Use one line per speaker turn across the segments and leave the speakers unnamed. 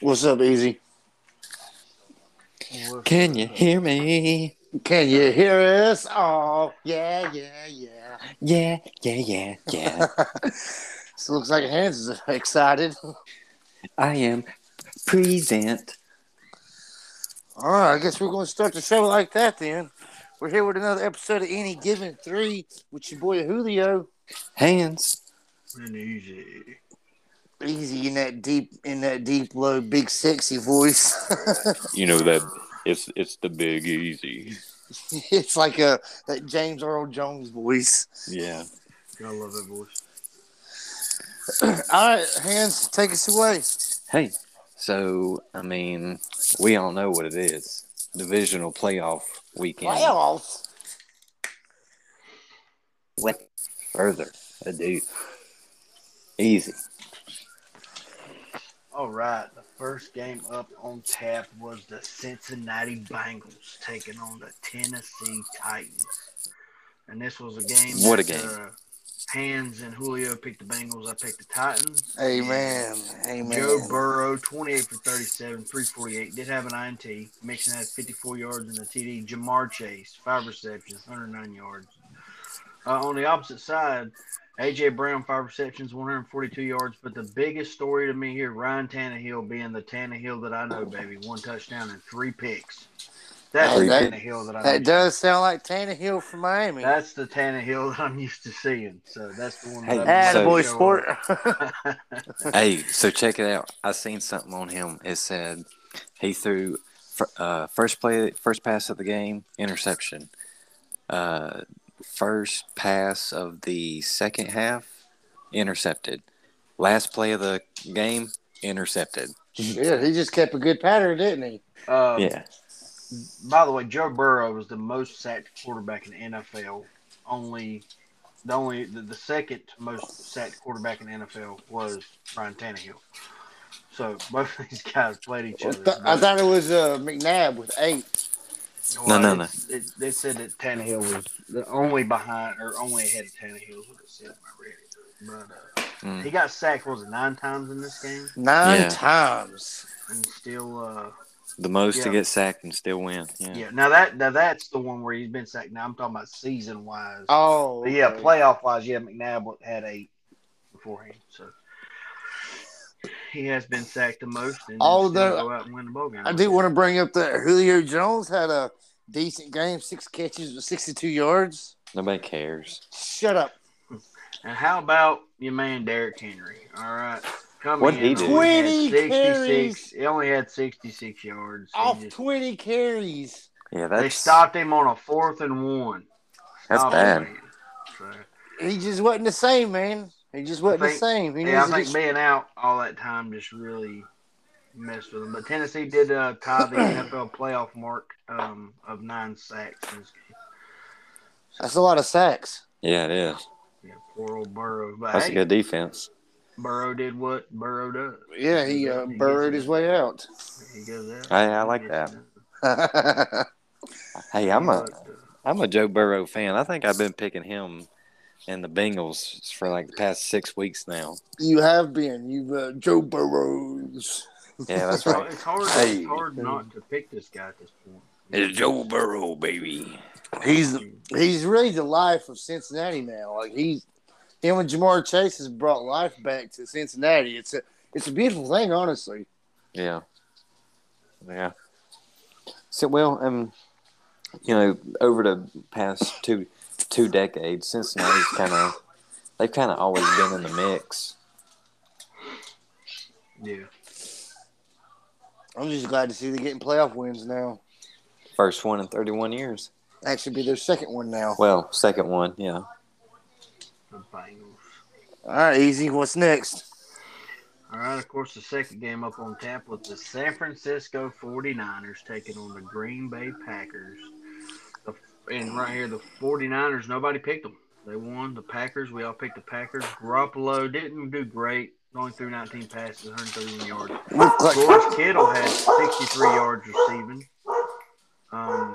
What's up, Easy?
Can you hear me?
Can you hear us all? Yeah, yeah, yeah.
Yeah, yeah, yeah, yeah.
So it looks like Hans is excited.
I am present.
All right, I guess we're going to start the show like that then. We're here with another episode of Any Given Three with your boy Julio.
Hands.
And easy.
Easy in that deep, in that deep, low, big, sexy voice.
You know that it's it's the big easy.
it's like a that James Earl Jones voice.
Yeah.
I love that voice.
All right, Hans, take us away.
Hey. So, I mean, we all know what it is. Divisional playoff weekend.
Playoffs.
What further ado? Easy.
All right, the first game up on tap was the Cincinnati Bengals taking on the Tennessee Titans, and this was a game.
What a
that,
game.
uh, Hands and Julio picked the Bengals. I picked the Titans.
Amen. Amen.
Joe Burrow, 28 for 37, 348. Did have an INT. Mixon had 54 yards in the TD. Jamar Chase, five receptions, 109 yards. Uh, on the opposite side, A.J. Brown, five receptions, 142 yards. But the biggest story to me here, Ryan Tannehill being the Tannehill that I know, baby. One touchdown and three picks. That's
Hey,
the
that-
Tannehill that I know.
that does sound like Tannehill from Miami.
That's the Tannehill that I'm used to seeing. So that's the one
Hey,
that
Atta
so-
boy,
show
sport.
up.
hey, so check it out. I seen something on him. It said he threw fir- uh, first play, first pass of the game, interception. Uh, first pass of the second half, intercepted. Last play of the game, intercepted.
yeah, he just kept a good pattern, didn't he?
Um,
Yeah,
By the way, Joe Burrow was the most sacked quarterback in the NFL. Only the only the, the second most sacked quarterback in the NFL was Ryan Tannehill. So both of these guys played each
I
other.
thought- I thought it was uh, McNabb with eight.
but-
No, no, no.
it's- It, they said that Tannehill was the only behind or only ahead of Tannehill. Is what it said when I read it. But uh,
Mm.
he got sacked was it nine times in this game
Nine
Yeah.
times.
and still. Uh,
the most to
Yeah.
get sacked and still win. Yeah,
yeah. Now that now that's the one where he's been sacked. Now I'm talking about season wise.
Oh,
But yeah,
okay.
playoff wise, yeah, McNabb had eight beforehand, so he has been sacked the most. And
Although-
still go out and win the bowl game.
I do want to bring up that Julio Jones had a decent game, six catches with 62 yards.
nobody cares.
Shut up.
And how about your man Derrick Henry? All right, come
What'd
in,
he do?
only had
20 carries.
He only had sixty-six yards. He
Off
just-
20 carries.
Yeah,
they
that's
stopped him on a fourth and one.
that's
Stopped
bad.
him, man.
He just wasn't the same, man. He just wasn't
I think-
the same. He
So, yeah, I
needs to
think
get-
being out all that time just really messed with him. But Tennessee did uh, tie the NFL playoff mark um, of nine sacks in this game.
That's a lot of sacks.
Yeah, it is.
Yeah, poor old Burrow. But
That's a
hey,
good defense.
Burrow did what Burrow does.
Yeah, he uh, burrowed his way out.
He goes out.
Hey, I like that. Hey, I'm
Uh,
a I'm a Joe Burrow fan. I think I've been picking him and the Bengals for like the past six weeks now.
you have been. You've uh, Joe Burrows.
Yeah, that's
So
right.
it's hard.
Hey.
It's hard not to pick this guy at this point.
Joe Burrow, baby.
He's he's really the life of Cincinnati now. Like he's him and Jamar Chase has brought life back to Cincinnati. It's a it's a beautiful thing, honestly.
Yeah. Yeah. So well, um, you know, over the past two two decades, Cincinnati's kind of they've kind of always been in the mix.
Yeah.
I'm just glad to see they're getting playoff wins now.
First one in 31 years.
Actually, be their second one now.
Well, second one, yeah.
The Bengals.
All right, easy. What's next?
All right, of course, the second game up on tap was the San Francisco 49ers taking on the Green Bay Packers. The, and right here, the 49ers, nobody picked them. They won. The Packers, we all picked the Packers. Garoppolo didn't do great, only threw 19 passes, 131 yards.
Look like
George Kittle had 63 yards receiving. Um,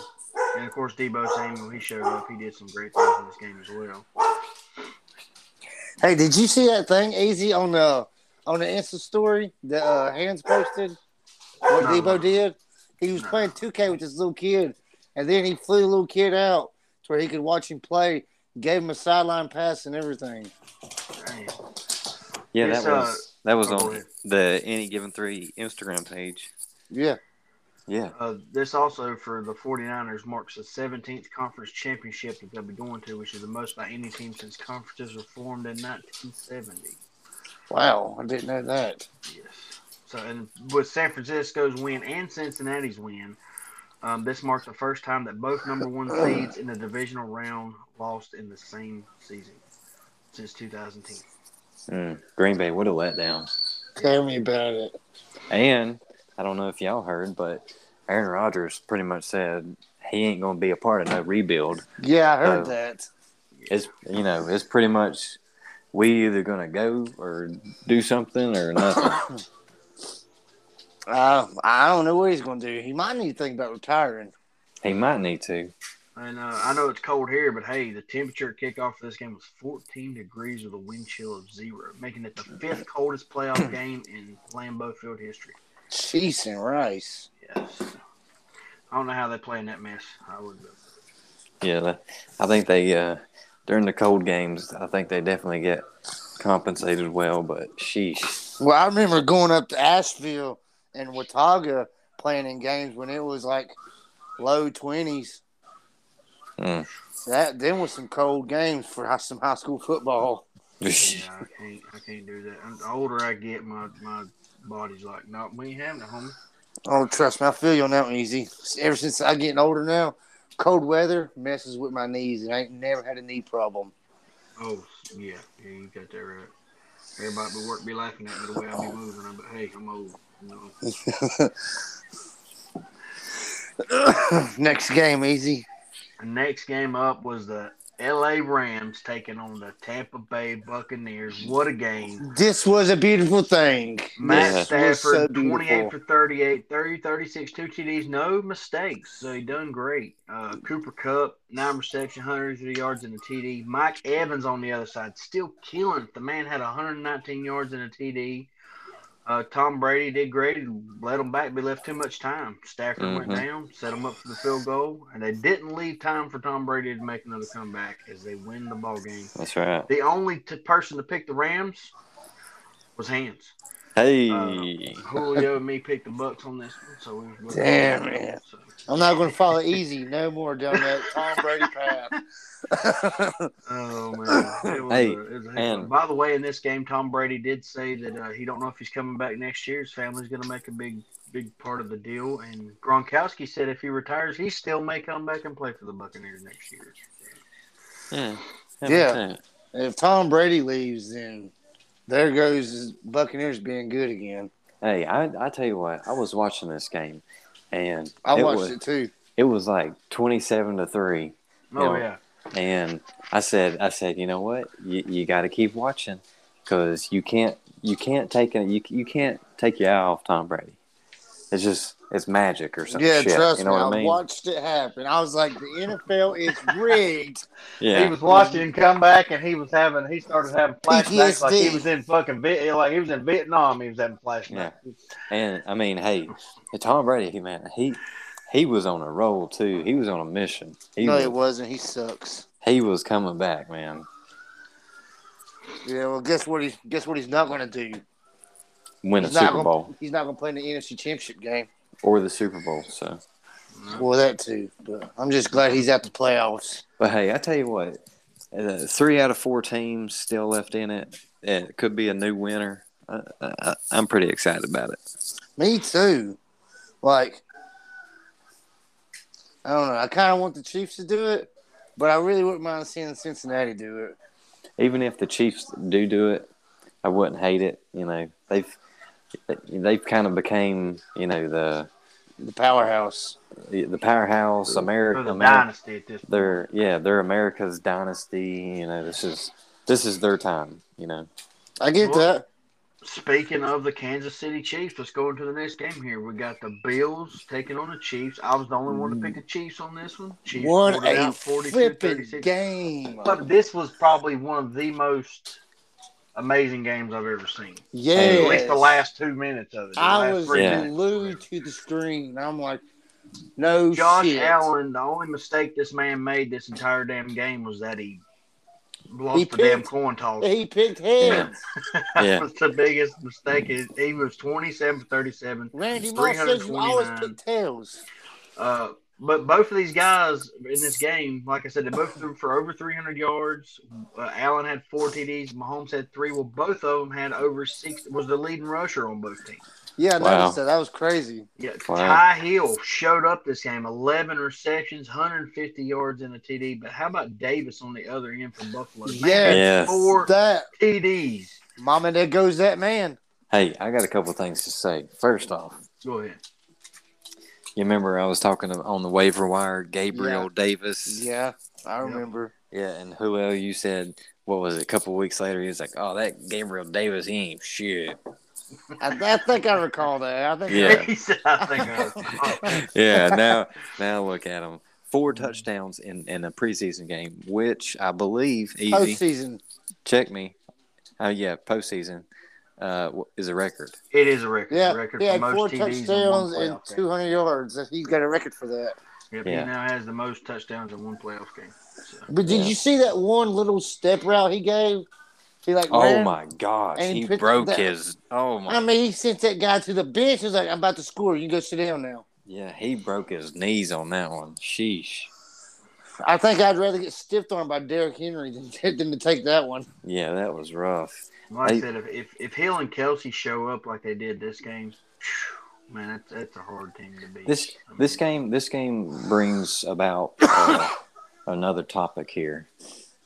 and of course, Debo Samuel, he showed up. He did some great things in this game as well.
Hey, did you see that thing, Easy, on the on the Insta story that uh, Hands uh, posted? What
No.
Debo did? He was playing 2K with this little kid, and then he flew the little kid out to where he could watch him play. Gave him a sideline pass and everything.
Dang.
Yeah,
It's,
that
uh,
was that was
oh, go
on
ahead.
the Any Given Three Instagram page.
Yeah,
Yeah,
Uh, this also for the 49ers marks the 17th conference championship that they'll be going to, which is the most by any team since conferences were formed in 1970.
wow, I didn't know that.
Yes. So, and with San Francisco's win and Cincinnati's win, um, this marks the first time that both number one seeds in the divisional round lost in the same season since 2010.
Mm, Green Bay would have let down.
Tell me about it.
And I don't know if y'all heard, but Aaron Rodgers pretty much said he ain't going to be a part of no rebuild.
Yeah, I heard
Oh.
that.
It's you know it's pretty much we either going to go or do something or nothing.
Uh, I don't know what he's going to do. He might need to think about retiring.
he might need to.
And uh, I know it's cold here, but hey, the temperature at kickoff for this game was 14 degrees with a wind chill of zero, making it the fifth coldest playoff game in Lambeau Field history.
Cheese and rice.
Yes. I don't know how they play in that mess. I would.
Yeah, that- I think they uh, during the cold games, I think they definitely get compensated well. But sheesh,
Well, I remember going up to Asheville and Watauga playing in games when it was like low twenties. Hmm.
Mm.
That then was some cold games for high- some high school football.
Yeah, I can't. I can't do that. And the older I get, my my body's like, no, we ain't having it, homie.
Oh, trust me, I feel you on that one, Easy. Ever since I'm getting older now, cold weather messes with my knees, and I ain't never had a knee problem.
Oh yeah, yeah, you got that right. Everybody at work be laughing at me the way I be moving. I'm, but hey, I'm old. You know.
Next game, Easy.
The next game up was the L.A. Rams taking on the Tampa Bay Buccaneers. What a game!
This was a beautiful thing.
Matt
Yeah.
Stafford,
so beautiful.
28 for 38, 30, 36, two TDs, no mistakes. So he done great. Uh, Cooper Cup, nine reception, 130 yards in a TD. Mike Evans on the other side, still killing. it. The man had 119 yards in a TD. Uh, Tom Brady did great. He Let him back, but left too much time. Stafford went
Mhm.
down, set him up for the field goal, and they didn't leave time for Tom Brady to make another comeback as they win the ball game.
that's right.
The only t- person to pick the Rams was Hands.
Hey,
Julio and me picked the Bucks on this one, so we was
Damn, man.
So,
I'm not going to follow Easy no more down that Tom Brady path.
oh man, it was
Hey,
a, it was a heck of a-
and-
by the way, in this game, Tom Brady did say that uh, he don't know if he's coming back next year. His family's going to make a big, big part of the deal. And Gronkowski said if he retires, he still may come back and play for the Buccaneers next year.
yeah,
Yeah. if Tom Brady leaves, then there goes his Buccaneers being good again.
Hey, I I tell you what, I was watching this game, and
I
it
watched
was,
it too.
It was like twenty-seven to three,
Oh
Yeah.
yeah,
and I said, I said, you know what, you, you got to keep watching, because you can't you can't take it you you can't take your eye off Tom Brady. It's just it's magic or something.
Yeah,
shit,
trust
you know
me.
what
I,
I mean.
watched it happen. I was like, the NFL is rigged.
he
yeah,
was watching him come back, and he was having he started having flashbacks like he
PTSD.
was in fucking Viet, like he was in Vietnam. He was having flashbacks.
and I mean, hey, Tom Brady, he man, he he was on a roll too. He was on a mission. He
no,
was,
it wasn't. He sucks.
he was coming back, man.
Yeah. Well, guess what? He's guess what? He's not going to do.
Win a
He's not
Super
gonna-
Bowl
He's not going to play in the NFC Championship game.
or the Super Bowl. So,
Well, that too. But I'm just glad he's at the playoffs.
but hey, I tell you what, uh, three out of four teams still left in it. It could be a new winner. Uh, uh, I'm pretty excited about it.
Me too. Like, I don't know. I kind of want the Chiefs to do it, but I really wouldn't mind seeing Cincinnati do it.
Even if the Chiefs do do it, I wouldn't hate it. You know, they've they've kind of became you know the
The powerhouse.
the powerhouse
For
America.
the
America
dynasty at this
they're yeah, they're America's dynasty. You know, this is this is their time. You know,
I get
Well-
that.
Speaking of the Kansas City Chiefs, let's go into the next game here. We got the Bills taking on the Chiefs. I was the only one to pick the Chiefs on this one. Chiefs
What
pulled it
a
out 42,
flipping
36.
game!
But this was probably one of the most amazing games I've ever seen.
Yes.
At least the last two minutes of it. the
I
last
was
three
Yeah.
minutes.
glued to the screen. I'm like, no
Josh
shit.
Allen, the only mistake this man made this entire damn game was that he lost
He
the damn
picked-
coin toss.
He picked heads.
Yeah.
That was the biggest mistake. He- He was 27 for 37.
Randy Moss says you always pick tails.
Uh, but both of these guys in this game, like I said, they both threw for over 300 yards. Uh, Allen had four TDs. Mahomes had three. Well, both of them had over six. Was the leading rusher on both teams.
Yeah, I
Wow.
noticed that. That was crazy.
Yeah,
Wow.
Ty Hill showed up this game, 11 receptions, 150 yards in a TD. But how about Davis on the other end from Buffalo? Man,
Yes.
Yes.
four
That,
TDs.
mama, there goes that man.
Hey, I got a couple things to say. First off,
Go ahead.
you remember I was talking on the waiver wire, Gabriel Davis.
Yeah, I
Yep.
remember.
Yeah, and who else you said, what was it, a couple weeks later, he was like, oh, that Gabriel Davis, he ain't shit.
I, I think I recall that. I think
Yeah.
He said, I think I was wrong.
yeah, now now look at him. Four touchdowns in, in a preseason game, which I believe, Evie,
postseason.
check me. Oh, yeah, postseason uh, w- is a record.
It is a record.
Yeah,
record
he
for
had
most
four
TDs in
touchdowns
one
and
playoff game.
200 yards. He's got a record for that.
Yep,
Yeah.
He now has the most touchdowns in one playoff game. So,
But did
Yeah.
you see that one little step route he gave? He like
Oh,
ran-
my gosh.
and he
He
picked
broke
that-
his. Oh, my.
I mean, he sent that guy to the bench. He was like, "I'm about to score. You go sit down now."
yeah, he broke his knees on that one. Sheesh.
I think I'd rather get stiffed on by Derrick Henry than, than to take that one.
Yeah, that was rough.
like
Hey.
I said, if, if, if Hill and Kelsey show up like they did this game, phew, man, that's, that's a hard team to beat.
This
I mean,
this game this game brings about uh, another topic here.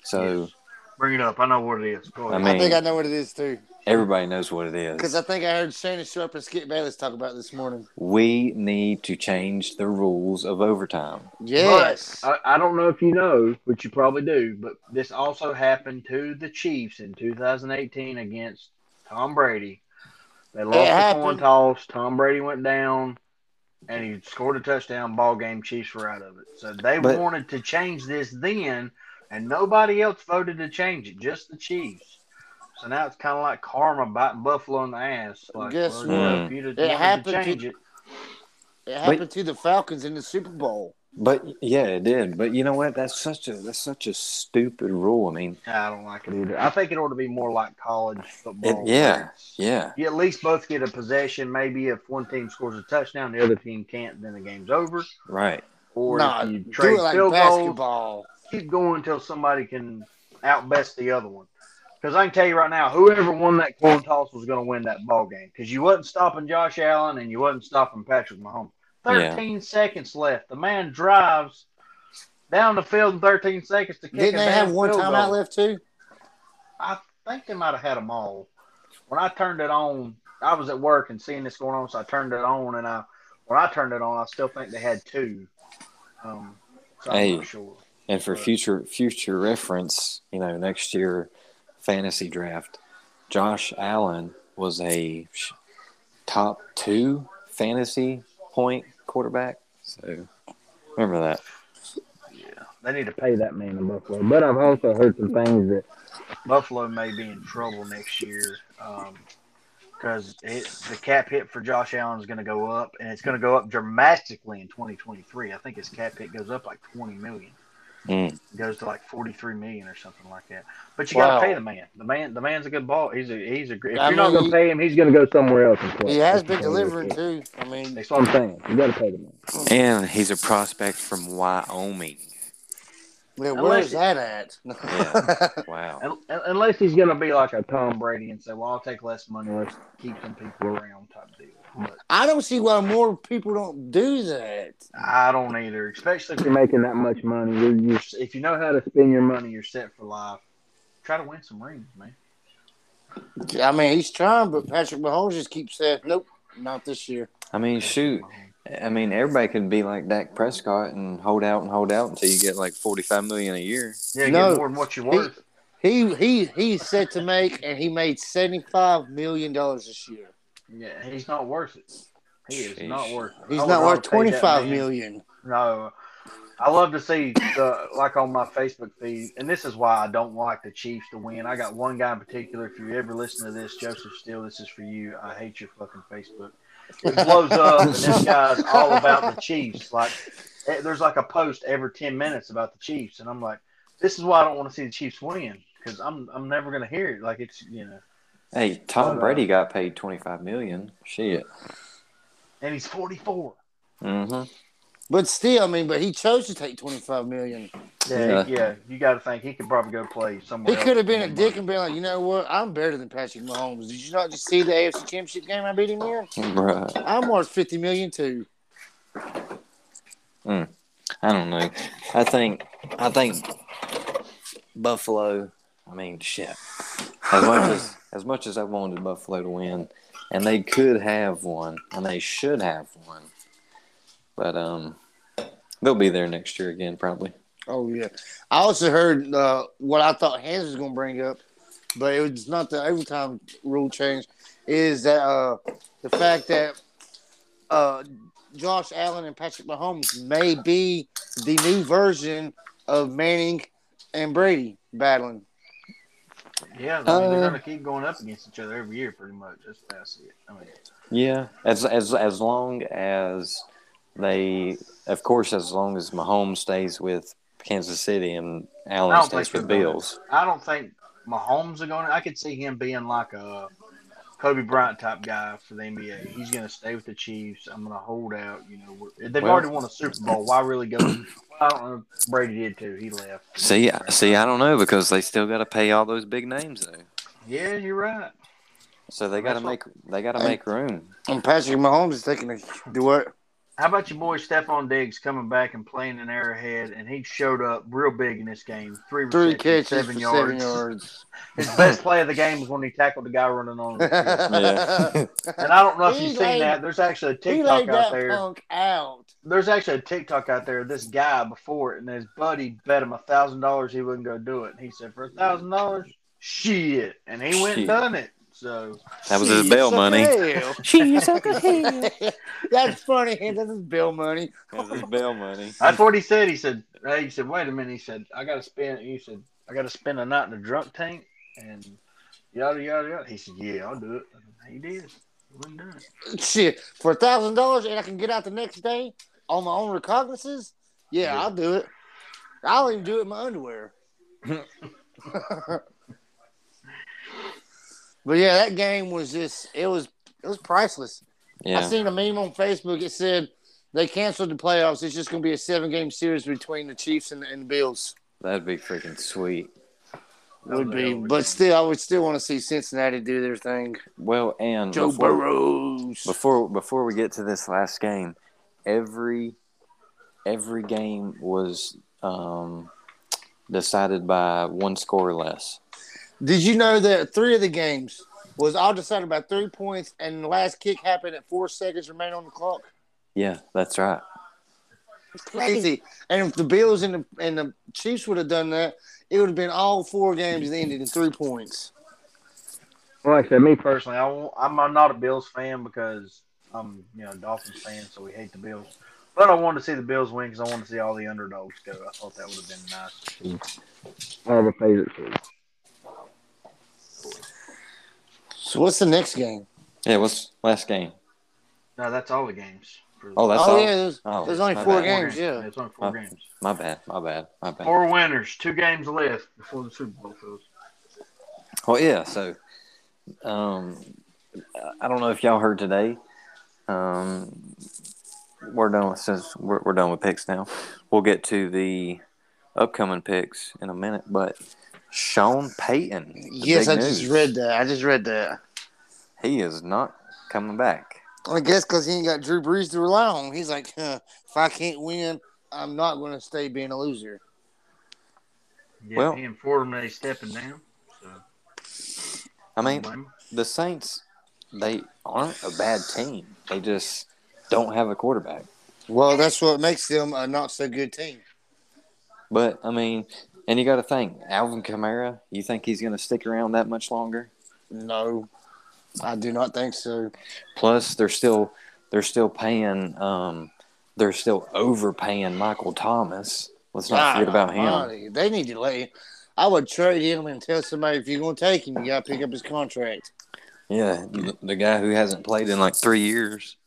So
Yes. Bring it up. I know what it is. Go
I
ahead.
I
mean-
think I know what it is too,
everybody knows what it
because
is.
I think I heard Shannon Sharp and Skip Bayless talk about it this morning.
We need to change the rules of overtime.
Yes,
But I, I don't know if you know, but you probably do. But this also happened to the Chiefs in 2018 against Tom Brady. They lost the
happened.
coin toss. Tom Brady went down, and he scored a touchdown. Ball game. Chiefs were out of it. So they
But-
wanted to change this then, and nobody else voted to change it. Just the Chiefs. So now it's kind of like karma biting Buffalo in the ass. Like,
Guess
well, you know,
what?
if you'd have
It
wanted
happened
to
to-
change it.
it happened to the Falcons in the Super Bowl.
But yeah, it did. But you know what? That's such a that's such a stupid rule. I mean,
I don't like it either. I think it ought to be more like college football.
It- yeah,
where it's-
yeah,
You at least both get a possession. Maybe if one team scores a touchdown, the other team can't, then the game's over.
right.
Or
Nah,
if you
do
trade
it like
field goals,
basketball.
keep going until somebody can outbest the other one. Because I can tell you right now, whoever won that coin toss was going to win that ball game. Because you wasn't stopping Josh Allen and you wasn't stopping Patrick Mahomes.
Yeah.
Thirteen seconds left. The man drives down the field in thirteen seconds to kick.
Didn't
a
they
damn
have one
field
timeout
goal.
left too?
I think they might have had them all. When I turned it on, I was at work and seeing this going on, so I turned it on. And I, when I turned it on, I still think they had two. Um, so I'm
Hey.
not sure.
And for
Right.
future future reference, you know, next year fantasy draft, Josh Allen was a sh- top two fantasy point quarterback. So remember that.
They need to pay that man in Buffalo. But I've also heard some things that Buffalo may be in trouble next year because the cap hit for Josh Allen is going to go up, and it's going to go up dramatically in 2023. I think his cap hit goes up like 20 million.
Mm.
goes to like 43 million or something like that. But you
Wow.
got to pay the man. The man, the man's a good ball. He's a, he's a. If you're
I
not
mean,
going
he-
to pay him, he's going to go somewhere else. And play.
He has
That's
been
the thing.
delivering too. I mean,
That's what I'm saying. You got to pay the man.
And he's a prospect from Wyoming.
yeah, where
Unless
is
it-
that at?
Wow.
Un- un- Unless he's going to be like a Tom Brady and say, "Well, I'll take less money. Let's keep some people around." Type deal. But
I don't see why more people don't do that.
I don't either. Especially if you're making that much money, you're, you're if you know how to spend your money, you're set for life. Try to win some rings, man.
I mean, he's trying, but Patrick Mahomes just keeps saying, "Nope, not this year."
I mean, shoot. I mean, everybody could be like Dak Prescott and hold out and hold out until you get like forty-five million a year.
Yeah,
No.
get more than what you're worth.
He he he's set to make, and he made seventy five million dollars this year.
Yeah, he's not worth it. He is not
Sheesh.
worth it.
He's
I would
not
rather
worth
pay that
twenty five
man-
million.
No, I love to see the like on my Facebook feed, and this is why I don't like the Chiefs to win. I got one guy in particular. If you ever listen to this, Joseph Steele, this is for you. I hate your fucking Facebook. It blows up, and this guy's all about the Chiefs. Like eh, there's like a post every ten minutes about the Chiefs, and I'm like, this is why I don't want to see the Chiefs win because I'm I'm never gonna hear it. Like it's you know,
Hey, Tom Brady got paid twenty five million. Shit.
and he's 44.
Mm-hmm.
But still, I mean, but he chose to take twenty five million.
Yeah, yeah. you got to think he could probably go play somewhere.
He
else
could have been a
and
dick and been like, you know what? I'm better than Patrick Mahomes. Did you not just see the AFC Championship game I beat him in?
Bruh.
I'm worth fifty million too.
I don't know. I think I think Buffalo. I mean, shit. As much as as much as I wanted Buffalo to win, and they could have one, and they should have one, but um, they'll be there next year again probably.
Oh yeah. I also heard uh, what I thought Hans was going to bring up, but it was not the overtime rule change. Is that uh, the fact that uh, Josh Allen and Patrick Mahomes may be the new version of Manning and Brady battling?
Yeah, I mean,
Uh,
they're gonna keep going up against each other every year, pretty much. That's what I see it. I mean,
Yeah, as as as long as they, of course, as long as Mahomes stays with Kansas City and
I
Allen
don't
stays
think
with
they're gonna-
Bills.
I don't think Mahomes are going. to I could see him being like a Kobe Bryant type guy for the NBA. He's gonna stay with the Chiefs. I'm gonna hold out. You know, we're- they've
Well-
already won a Super Bowl. Why really go? I don't know. Brady did too. He left.
See, I- see, I don't know because they still got to pay all those big names though.
Yeah, you're right.
So they got to
That's
make they got to
Hey.
make room.
And Patrick Mahomes is taking a do what?
How about your boy Stephon Diggs coming back and playing in Arrowhead, and he showed up real big in this game. Three,
Three catches
receptions,
for seven yards.
His best play of the game was when he tackled the guy running on. him.
Yeah.
And I don't know if
He
you've seen
laid-
that. There's actually a
he
TikTok
laid
out
that
there.
punk out.
There's actually a TikTok out there. This guy before it, and his buddy bet him a thousand dollars he wouldn't go do it. And he said for a thousand dollars, shit, and he went
Shit.
and done it. So
That was his
Jeez,
bail money.
hell.
Jeez,
That's funny. That's his bill money.
bail money.
that's what he said. He said, "Hey," he said, "Wait a minute." He said, "I got to spend." He said, "I got to spend a night in a drunk tank," and yada yada yada. He said, "Yeah, I'll do it." And he did. He went and done it.
Shit, for a thousand dollars, and I can get out the next day on my own recognizances. Yeah,
Yeah.
I'll do it. I'll even do it in my underwear. but yeah, that game was just it was it was priceless. I
Yeah,
seen a meme on Facebook. It said they canceled the playoffs. It's just going to be a seven game series between the Chiefs and, and the Bills.
that'd be freaking sweet.
Would be, but still, I would still want to see Cincinnati do their thing.
Well, and
Joe
Mm, before-
Burrows.
before before we get to this last game, every every game was um, decided by one score or less.
Did you know that three of the games was all decided by three points, and the last kick happened at four seconds remaining on the clock?
Yeah, that's right.
It's crazy. And if the Bills and the and the Chiefs would have done that, it would have been all four games that ended in three points.
Like I said, me personally, I won't, I'm, I'm not a Bills fan because I'm you know a Dolphins fan, so we hate the Bills. But I wanted to see the Bills win because I wanted to see all the underdogs go. I thought that would have been nice. to see. All the favorites.
So what's the next game?
Yeah, what's last game?
No, that's all the games. for-
Oh, that's
oh
all.
yeah, there's,
Oh,
there's only
my
four
bad.
games. Yeah,
it's only four
Huh.
games.
My bad. My bad. My bad.
Four winners, two games left before the Super Bowl fills.
Well, Oh, yeah. So, um, I don't know if y'all heard today. Um, we're done with since we're, we're done with picks now. We'll get to the upcoming picks in a minute, but Sean Payton. the
yes, I
big
just
news.
read that. I just read that.
He is not coming back.
I guess because he ain't got Drew Brees to rely on. He's like, huh, if I can't win, I'm not going to stay being a loser.
Yeah,
Well-
he informed me he's stepping down. So,
I mean,
Oh,
blame him.
the Saints, they aren't a bad team. They just don't have a quarterback.
Well, that's what makes them a not so good team.
But I mean, and you got to think, Alvin Kamara. You think he's going to stick around that much longer?
No, I do not think so.
Plus, they're still they're still paying um, they're still overpaying Michael Thomas. Let's not
Ah,
forget about him.
Money. They need to let him. I would trade him and tell somebody if you're going to take him, you got to pick up his contract.
Yeah, the, the guy who hasn't played in like three years,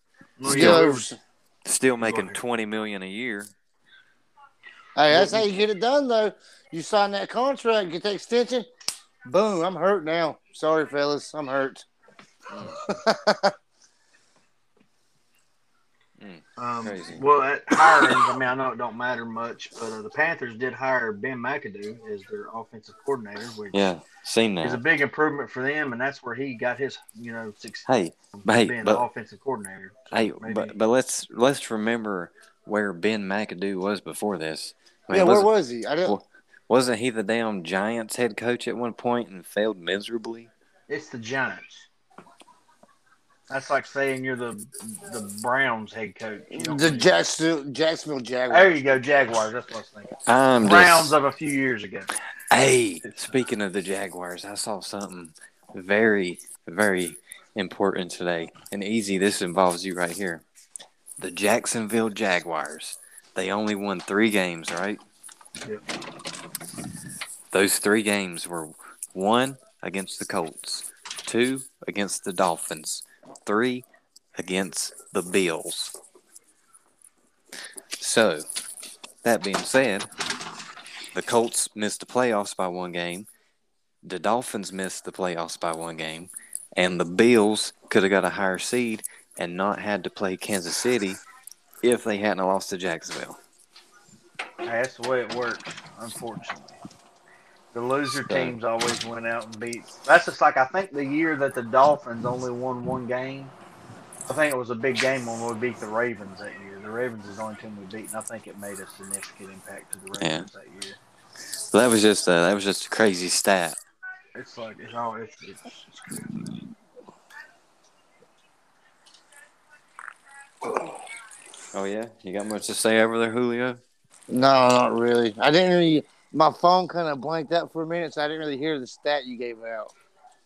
Well,
Still
yeah,
over-
still
Right.
making twenty million a year.
Hey, that's how you get it done, though. You sign that contract, get the extension. Boom, I'm hurt now. Sorry, fellas, I'm hurt.
Um,
Crazy.
well, at hiring, I mean, I know it don't matter much, but uh, the Panthers did hire Ben McAdoo as their offensive coordinator, which
Yeah, seen
is a
that.
big improvement for them, and that's where he got his, you know, success
Hey,
hey,
hey,
being
but-
the offensive coordinator. So
hey,
maybe-
but but let's let's remember where Ben McAdoo was before this. I mean,
yeah, where
wasn't-
was he? I didn't.
Well- wasn't he the damn Giants head coach at one point and failed miserably?
it's the Giants. That's like saying you're the the Browns head coach. You know?
The Jacksonville, Jacksonville Jaguars.
there you go, Jaguars. That's what I was thinking.
I'm
Browns
just
of a few years ago.
hey. Speaking of the Jaguars, I saw something very very important today. And easy, this involves you right here. The Jacksonville Jaguars. They only won three games, right?
Yep.
Those three games were one against the Colts, two against the Dolphins, three against the Bills. So, that being said, the Colts missed the playoffs by one game, the Dolphins missed the playoffs by one game, and the Bills could have got a higher seed and not had to play Kansas City if they hadn't lost to Jacksonville.
Hey, That's the way it works, unfortunately. The loser teams always went out and beat. That's just like I think the year that the Dolphins only won one game. I think it was a big game when we beat the Ravens that year. The Ravens is the only team we beat, and I think it made a significant impact to the Ravens that year.
So that was just a, that was just a crazy stat.
It's like it's all it's, it's, it's crazy.
Oh yeah, you got much to say over there, Julio?
No, not really. I didn't really. My phone kind of blanked out for a minute, so I didn't really hear the stat you gave out.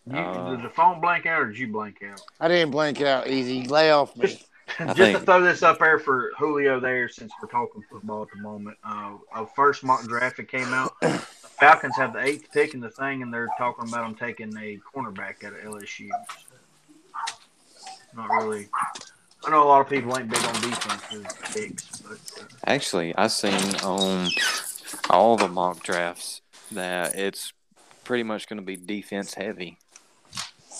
You,
Uh,
did the phone blank out or did you blank out?
I didn't blank it out easy. Lay off me.
Just to
think-
throw this up there for Julio there, since we're talking football at the moment. Uh, our first mock draft that came out, the Falcons have the eighth pick in the thing, and they're talking about them taking a cornerback out of LSU. Not really. I know a lot of people ain't big on defense as picks, but uh,
Actually, I seen on all the mock drafts that it's pretty much going to be defense heavy.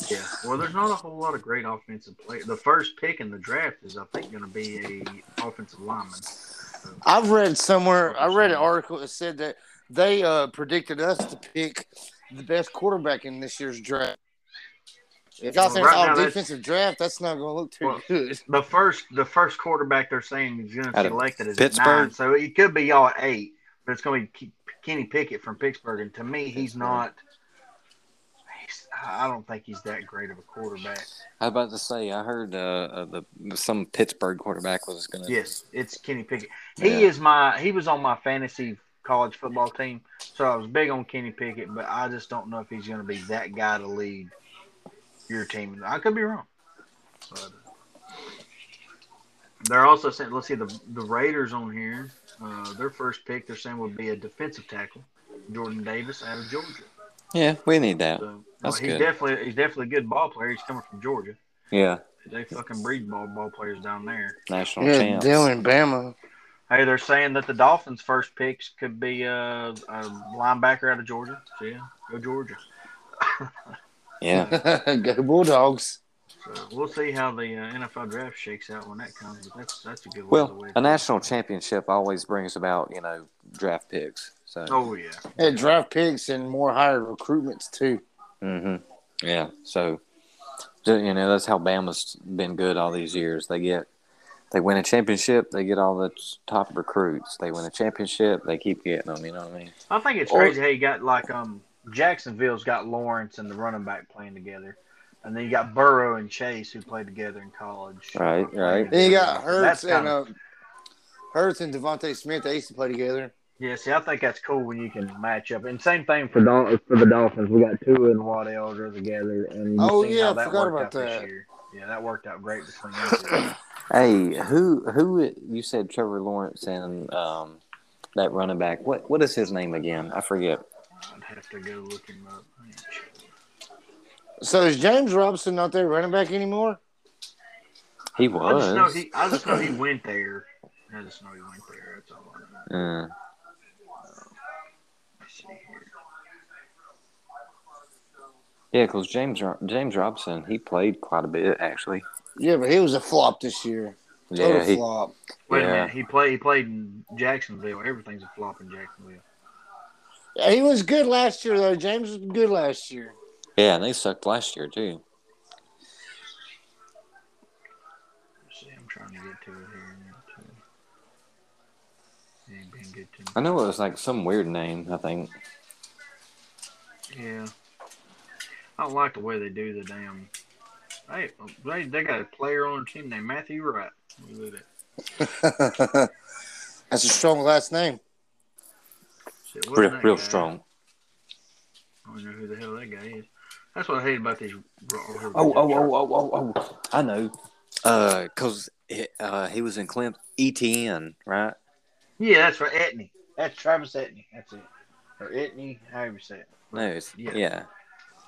yeah. Well, there's not a whole lot of great offensive play. The first pick in the draft is, I think, going to be a offensive lineman.
I've read somewhere. I read an article that said that they uh, predicted us to pick the best quarterback in this year's draft. If y'all think
Right now,
all
that's-
defensive draft, that's not going to look too
Well,
good.
The first, the first quarterback they're saying is going to
Out
be
of
elected is
Pittsburgh?
at nine, so it could be y'all at eight, but it's going to be Ke- Kenny Pickett from Pittsburgh, and to me, he's
Pittsburgh.
not. He's, I don't think he's that great of a quarterback.
I was about to say, I heard uh, uh, the some Pittsburgh quarterback was going to.
Yes, it's Kenny Pickett. He
Yeah.
is my. He was on my fantasy college football team, so I was big on Kenny Pickett, but I just don't know if he's going to be that guy to lead your team. I could be wrong. But they're also saying, let's see the the Raiders on here. Uh, their first pick, they're saying would be a defensive tackle, Jordan Davis out of Georgia.
Yeah, we need that.
So well,
That's
he's
good.
definitely he's definitely a good ball player. He's coming from Georgia.
Yeah,
They fucking breed ball ball players down there.
national
Yeah,
champs.
Dylan Bama.
Hey, they're saying that the Dolphins' first picks could be uh, a linebacker out of Georgia. So, yeah, go Georgia.
Yeah,
Go Bulldogs.
So we'll see how the uh, NFL draft shakes out when that comes. But that's that's a good ways
well,
away.
a national championship always brings about you know draft picks. So.
Oh yeah,
Yeah, draft picks and more higher recruitments too.
hmm Yeah. So, ju- you know, that's how Bama's been good all these years. They get, they win a championship, they get all the top recruits. They win a championship, they keep getting them. You know what I mean?
I think it's
Or-
crazy how you got like um Jacksonville's got Lawrence and the running back playing together, and then you got Burrow and Chase who played together in college.
Right, right.
Then you got Hurts
That's
and
kinda-
uh, Hurts and Devontae Smith. They used to play together.
Yeah, see, I think that's cool when you can match up. And same thing for Dol- for the Dolphins. We got Tua and Watt Elder together, and you
Oh,
seen
yeah,
how
I
that
forgot
worked
about
out this
that.
year. Yeah, that worked out great between them. two.
Hey, who who you said Trevor Lawrence and um, that running back? What what is his name again? I forget.
I'd have to go look him up. I need to check.
So is James Robinson not their running back anymore?
He
I just know
was.
he. I just know he went there. I just know he went there. That's all I know.
Uh,
Let's see here.
yeah, because James Ro- James Robinson he played quite a bit actually.
Yeah, but he was a flop this year. Total
Yeah, he,
flop.
Wait a
Yeah.
minute. He played. He played in Jacksonville. Everything's a flop in Jacksonville.
Yeah, he was good last year though. James was good last year.
yeah, and they sucked last year too.
Let's see. I'm trying to get to it here. He ain't been good to me.
I know it was like some weird name. I think.
Yeah. I don't like the way they do the damn. Hey, they, they got a player on their team named Matthew Wright. Look at it.
That's a strong last name.
Shit, what's
Real,
that
real
guy?
strong.
I don't know who the hell that guy is. That's what I hate about these. Oh,
Oh, oh, oh, oh, oh, oh! I know. Uh, cause it, uh, he was in Clem ETN, right?
Yeah, that's right. Etney. That's Travis Etney. That's it. Or Etney, however you say it.
No, it's,
Yeah.
yeah. yeah,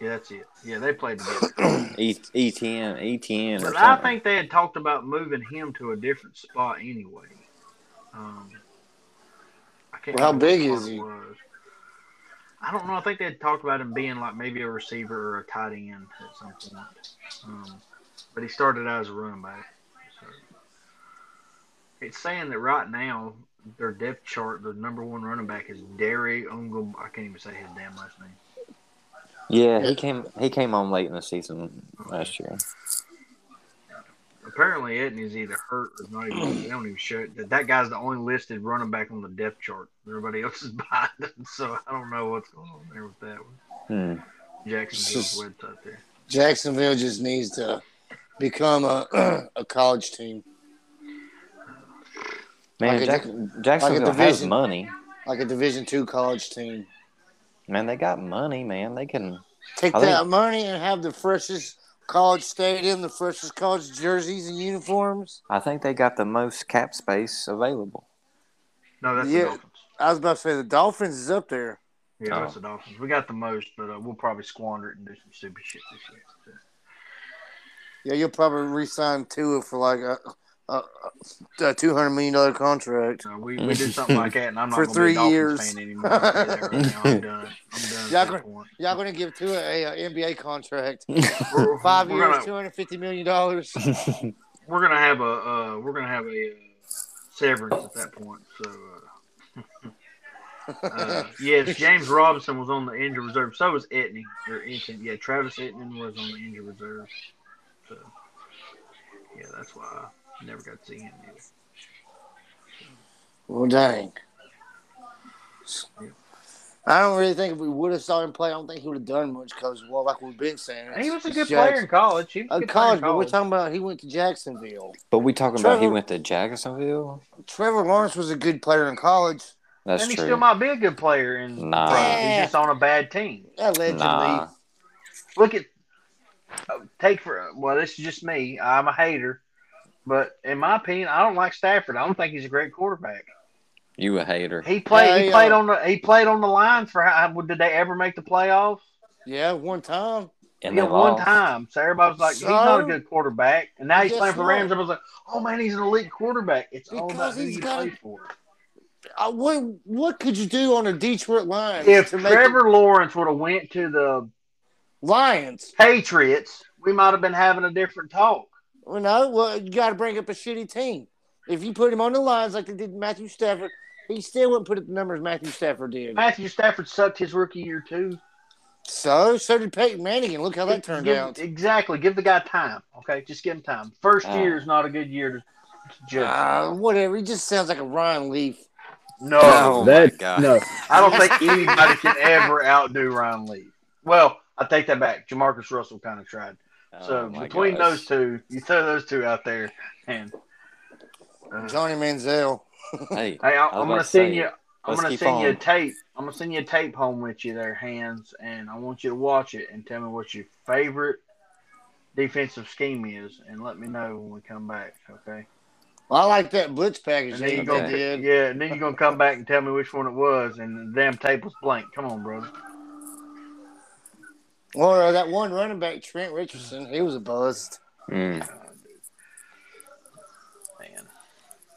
Yeah, that's it. Yeah, they played together.
E- ETN, ETN. Or
But
something.
I think they had talked about moving him to a different spot anyway. Um, I can't
Well, how
remember what
big
spot
is
it
he?
was. I don't know. I think they had talked about him being like maybe a receiver or a tight end at some point. Um, but he started out as a running back. So. It's saying that right now their depth chart, their number one running back is Derry Ungum. I can't even say his damn last name.
Yeah, he came. He came on late in the season last year.
apparently Etney's either hurt or not even. They don't even show it. that that guy's the only listed running back on the depth chart. Everybody else is behind him, so I don't know what's going on there with that one.
Hmm.
Jacksonville's website there.
Jacksonville just needs to become a a college team,
Man,
Like a
Jack,
di-
Jacksonville
like a
has
division.
money.
like a Division two college team.
Man, they got money. Man, they can.
Take
I think-
that money and have the freshest college stadium, the freshest college jerseys and uniforms.
I think they got the most cap space available.
No, that's
Yeah.
the Dolphins.
I was about to say the Dolphins is up there.
Yeah,
Oh.
that's the Dolphins. We got the most, but uh, we'll probably squander it and do some stupid shit this year. So,
Yeah, you'll probably re-sign Tua for like a, a, a two hundred million dollar contract.
so uh, we, we do something like that, and I'm not
For
gonna
three
be a Dolphins
years.
fan anymore. I'm right now. I'm done. I'm done.
Y'all
at
gonna-
that point.
Y'all gonna give Tua a, uh NBA contract,
We're-
five
we're
years,
gonna-
two hundred fifty million dollars.
we're gonna have a uh, we're gonna have a uh, severance at that point. So uh, uh, yes, James Robinson was on the injured reserve. So was Etney or Ethan. Yeah, Travis Etnan was on the injured reserve. So yeah, that's why I never got to see him either.
Well, dang. I don't really think if we would have saw him play, I don't think he would have done much because, well, like we've been saying,
he was a
it's
good
Jackson-
player in college. He was a
Uh,
good
college, but
player in
we're
college.
talking about he went to Jacksonville.
but we talking about he
Trevor-
went to Jacksonville.
Trevor Lawrence was a good player in college,
That's
and he
true.
still might be a good player in
Nah.
college. He's just on a bad team.
allegedly.
nah,
look at uh, take for well this is just me i'm a hater but in my opinion i don't like stafford i don't think he's a great quarterback
you a hater.
he played
Yeah,
he
yeah.
played on the he played on the line for how did they ever make the playoffs
Yeah, one time.
And
yeah
they
one
lost.
time so everybody was like he's not a
So?
good quarterback and now he's
Guess
playing for
what?
rams everybody's like oh man he's an elite quarterback it's all
Because
about who
he's
you
got a-
play for
Uh, what what could you do on a Detroit Lions
if
to make it-
trevor lawrence would have went to the
Lions?
patriots we might have been having a different talk
You know, well, you got to bring up a shitty team. If you put him on the Lions like they did Matthew Stafford, he still wouldn't put up the numbers Matthew Stafford did.
matthew stafford sucked his rookie year too
So, so did Peyton Manning, and look how that turned
Give-
out.
Exactly. Give the guy time. Okay, just give him time. First
Ah.
year is not a good year to, to judge.
Uh, whatever. He just sounds like a Ryan Leaf.
no,
Oh, my
That-
God.
no.
I don't think anybody can ever outdo Ryan Lee. Well, I take that back. Jamarcus Russell kind of tried.
Oh,
So
my
between
gosh.
those two, you throw those two out there, and uh,
Johnny Manziel.
hey,
hey, I,
was
I'm
about
gonna
to
send
say,
you. I'm
let's
gonna
keep
send you a
on.
tape. I'm gonna send you a tape home with you there, hands, and I want you to watch it and tell me what's your favorite defensive scheme is, and let me know when we come back. Okay.
Well, I like that blitz package.
And then
they
you're gonna
did.
yeah, and then you're gonna come back and tell me which one it was, and the damn tape was blank. Come on, brother.
Or uh, that one running back, Trent Richardson, he was a bust.
Mm.
Uh, Man.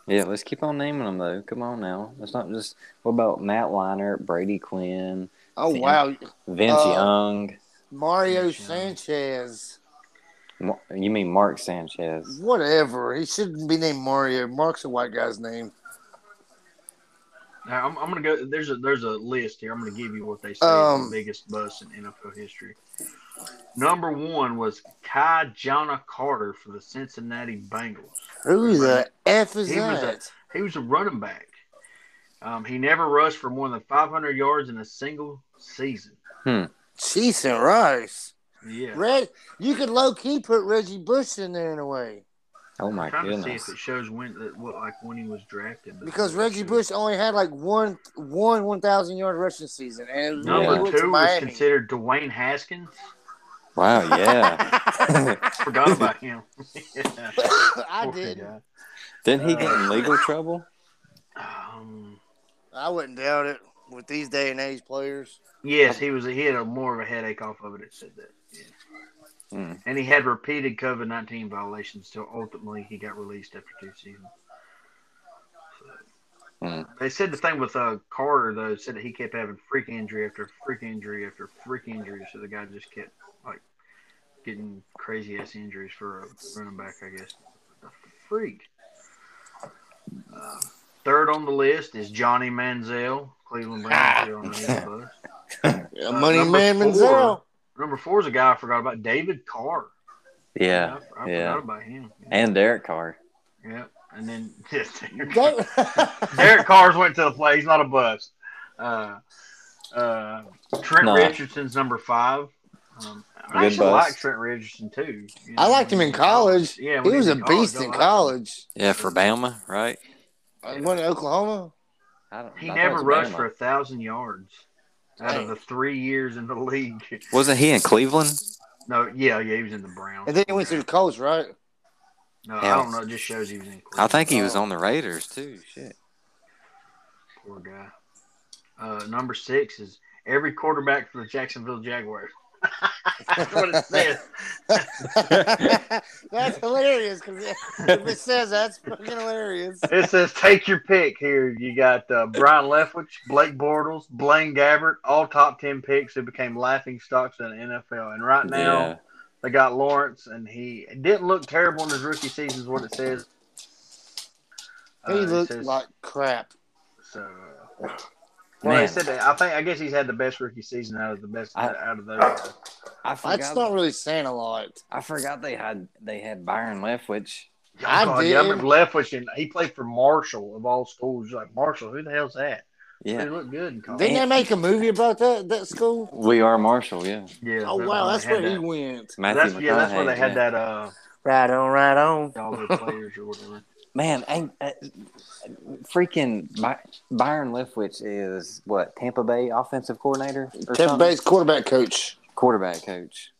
Yeah, let's keep on naming them though. Come on now. Let's not just. What about Matt Liner, Brady Quinn,
Oh
Yeah.
wow,
Vince
Uh,
Young?
Mario
Yeah.
Sanchez.
Ma- You mean Mark Sanchez?
Whatever. He shouldn't be named Mario. Mark's a white guy's name.
Now, I'm, I'm gonna go. There's a there's a list here. I'm gonna give you what they say is
Um,
the biggest bust in NFL history. Number one was Kai Jonah Carter for the Cincinnati Bengals.
Who the f is
He was a-
that?
He was a running back. Um, he never rushed for more than 500 yards in a single season.
Cheese and rice.
Yeah.
Reg, you could low key put Reggie Bush in there in a way
Oh my
I'm trying to see
goodness!
if it shows when that what like when he was drafted. but-
because Reggie Bush only had like one one one thousand yard rushing season, and it was when
Number
he went to
two was
Miami.
considered Dwayne Haskins.
Wow, yeah.
Forgot about him. Yeah.
I
Poor
did.
guy.
Didn't he get in legal trouble?
Um,
I wouldn't doubt it with these day and age players.
yes, he was. He had a more of a headache off of it. It said that. Yeah.
Mm.
And he had repeated COVID nineteen violations till ultimately he got released after two seasons. So-
Mm.
They said the thing with uh, Carter though said that he kept having freak injury after freak injury after freak injury, so the guy just kept like getting crazy ass injuries for a running back, I guess. A freak. Uh, third on the list is Johnny Manziel, Cleveland Browns. They're on the list with us.
Yeah,
Uh,
Money
number
Man
four.
Manziel.
Number four is a guy I forgot about, David Carr.
Yeah,
I, I
yeah.
forgot about him.
and Derek Carr.
Yep. And then yes, Derek, Carr.
That-
Derek Carr's went to the play. He's not a bust. Uh, uh, Trent
No.
Richardson's number five. Um, I
Good
actually like
bust.
Trent Richardson too. You
I liked him in college.
Yeah,
he
when
was a
in college,
beast
I
in
liked him.
college.
Yeah, for Bama, right?
I Uh, went to Oklahoma.
I don't,
He
I thought it
never
was
rushed
Bama.
for a thousand yards out of
Dang.
the three years in the league.
Wasn't he in Cleveland?
No, yeah, yeah, he was in the Browns.
And then he went to the Colts, right?
No, I don't know. It just shows he was in.
I think he was
Oh.
on the Raiders too. Shit.
Poor guy. Uh, number six is every quarterback for the Jacksonville Jaguars. That's what it says.
that's hilarious because if it says that's fucking hilarious.
It says take your pick here. You got uh, Brian Leftwich, Blake Bortles, Blaine Gabbert, all top ten picks who became laughing stocks in the NFL. And right now
Yeah.
they got Lawrence, and he didn't look terrible in his rookie season, is what it says.
He
Uh, it
looked
says-
like crap.
so. Uh, well, they
Man.
said that. I think I guess he's had the best rookie season out of the best
I-
out of those.
I
That's
forgot.
not really saying a lot.
I forgot they had they had Byron Leftwich.
I
God,
did.
Yeah, I remember Leftwich, and he played for Marshall of all schools. You're Like Marshall, who the hell's that? He
Yeah,
looked good in college.
Didn't they make a movie about that that school?
we are Marshall. Yeah, uh,
yeah.
Oh
that-
wow, that's
they had
where he
that.
went.
Matthew
That's yeah. That's where
McConaughey,
they had
yeah.
that. Uh,
Right on, right on.
all the players or whatever.
Man, ain't, uh, freaking By- Byron Leftwich is what Tampa Bay offensive coordinator or
Tampa
something?
Bay's quarterback coach.
quarterback coach.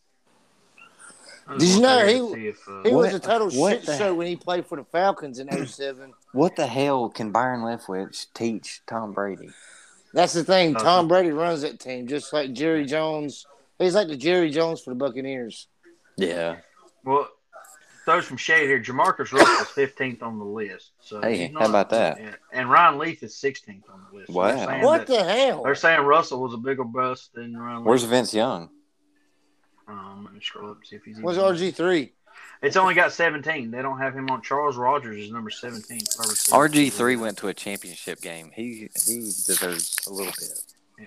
I
Did
just
you know
wanna take
he-
it to see if, uh,
He
What-
was a total
what
shit
the-
show when he played for the Falcons in 07.
What the hell can Byron Leftwich teach Tom Brady?
That's the thing.
Nothing.
Tom Brady runs that team just like Jerry Jones. He's like the Jerry Jones for the Buccaneers.
Yeah,
well, throw some shade here. Jamarcus Russell is fifteenth on the list. So
Hey,
he's
how about that?
yeah, And Ryan Leaf is sixteenth on the list. So they're
Wow.
saying
What
that-
the hell?
They're saying Russell was a bigger bust than Ryan.
where's
Leaf.
Vince Young?
Um, let me scroll up and see if he's.
What's
even-
RG three?
It's only got 17. They don't have him on. Charles Rogers is number 17. Robert Smith.
RG three went to a championship game. He he deserves a little bit.
Yeah.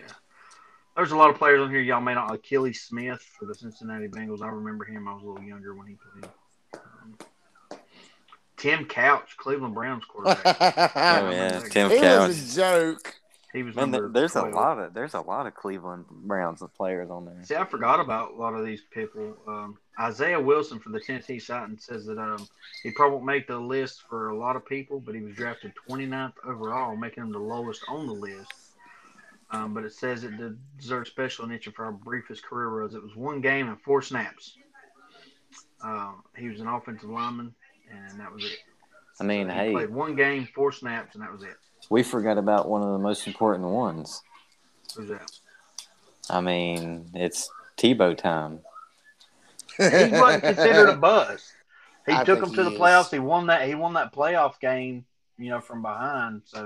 There's a lot of players on here y'all may not. Achilles Smith for the Cincinnati Bengals. I remember him. I was a little younger when he played. Um, Tim Couch, Cleveland Browns quarterback.
Oh
it
yeah,
He
Tim Couch.
was a joke.
He was
Man,
number
th- there's
12.
a lot of there's a lot of Cleveland Browns players on there.
See, I forgot about a lot of these people. Um, Isaiah Wilson for the Tennessee Titans says that um, he probably won't make the list for a lot of people, but he was drafted 29th overall, making him the lowest on the list. Um, but it says it did deserve special mention for our briefest career runs. It was one game and four snaps. Uh, he was an offensive lineman, and that was it.
I mean,
He
hey,
played one game, four snaps, and that was it.
we forgot about one of the most important ones.
Who's that?
I mean, it's Tebow time.
He wasn't considered a bust. He
I
took
think
them to
he
the
is.
playoffs. He won that. He won that playoff game. You know, from behind. So,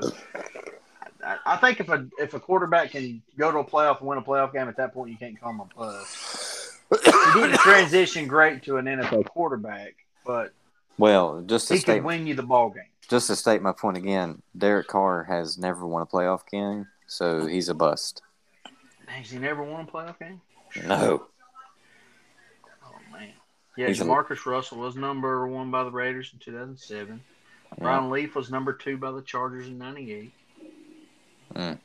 I, I think if a if a quarterback can go to a playoff and win a playoff game, at that point you can't call him a bust. He didn't transition great to an NFL quarterback, but
Well, just to
he
state
could win you the ball game.
just to state my point again, Derek Carr has never won a playoff game, so he's a bust.
Has he never won a playoff game?
No,
Oh man. Yeah,
He's a-
Marcus Russell was number one by the Raiders in 2007.
Yeah.
Brian Leaf was number two by the Chargers in '98.
Mm.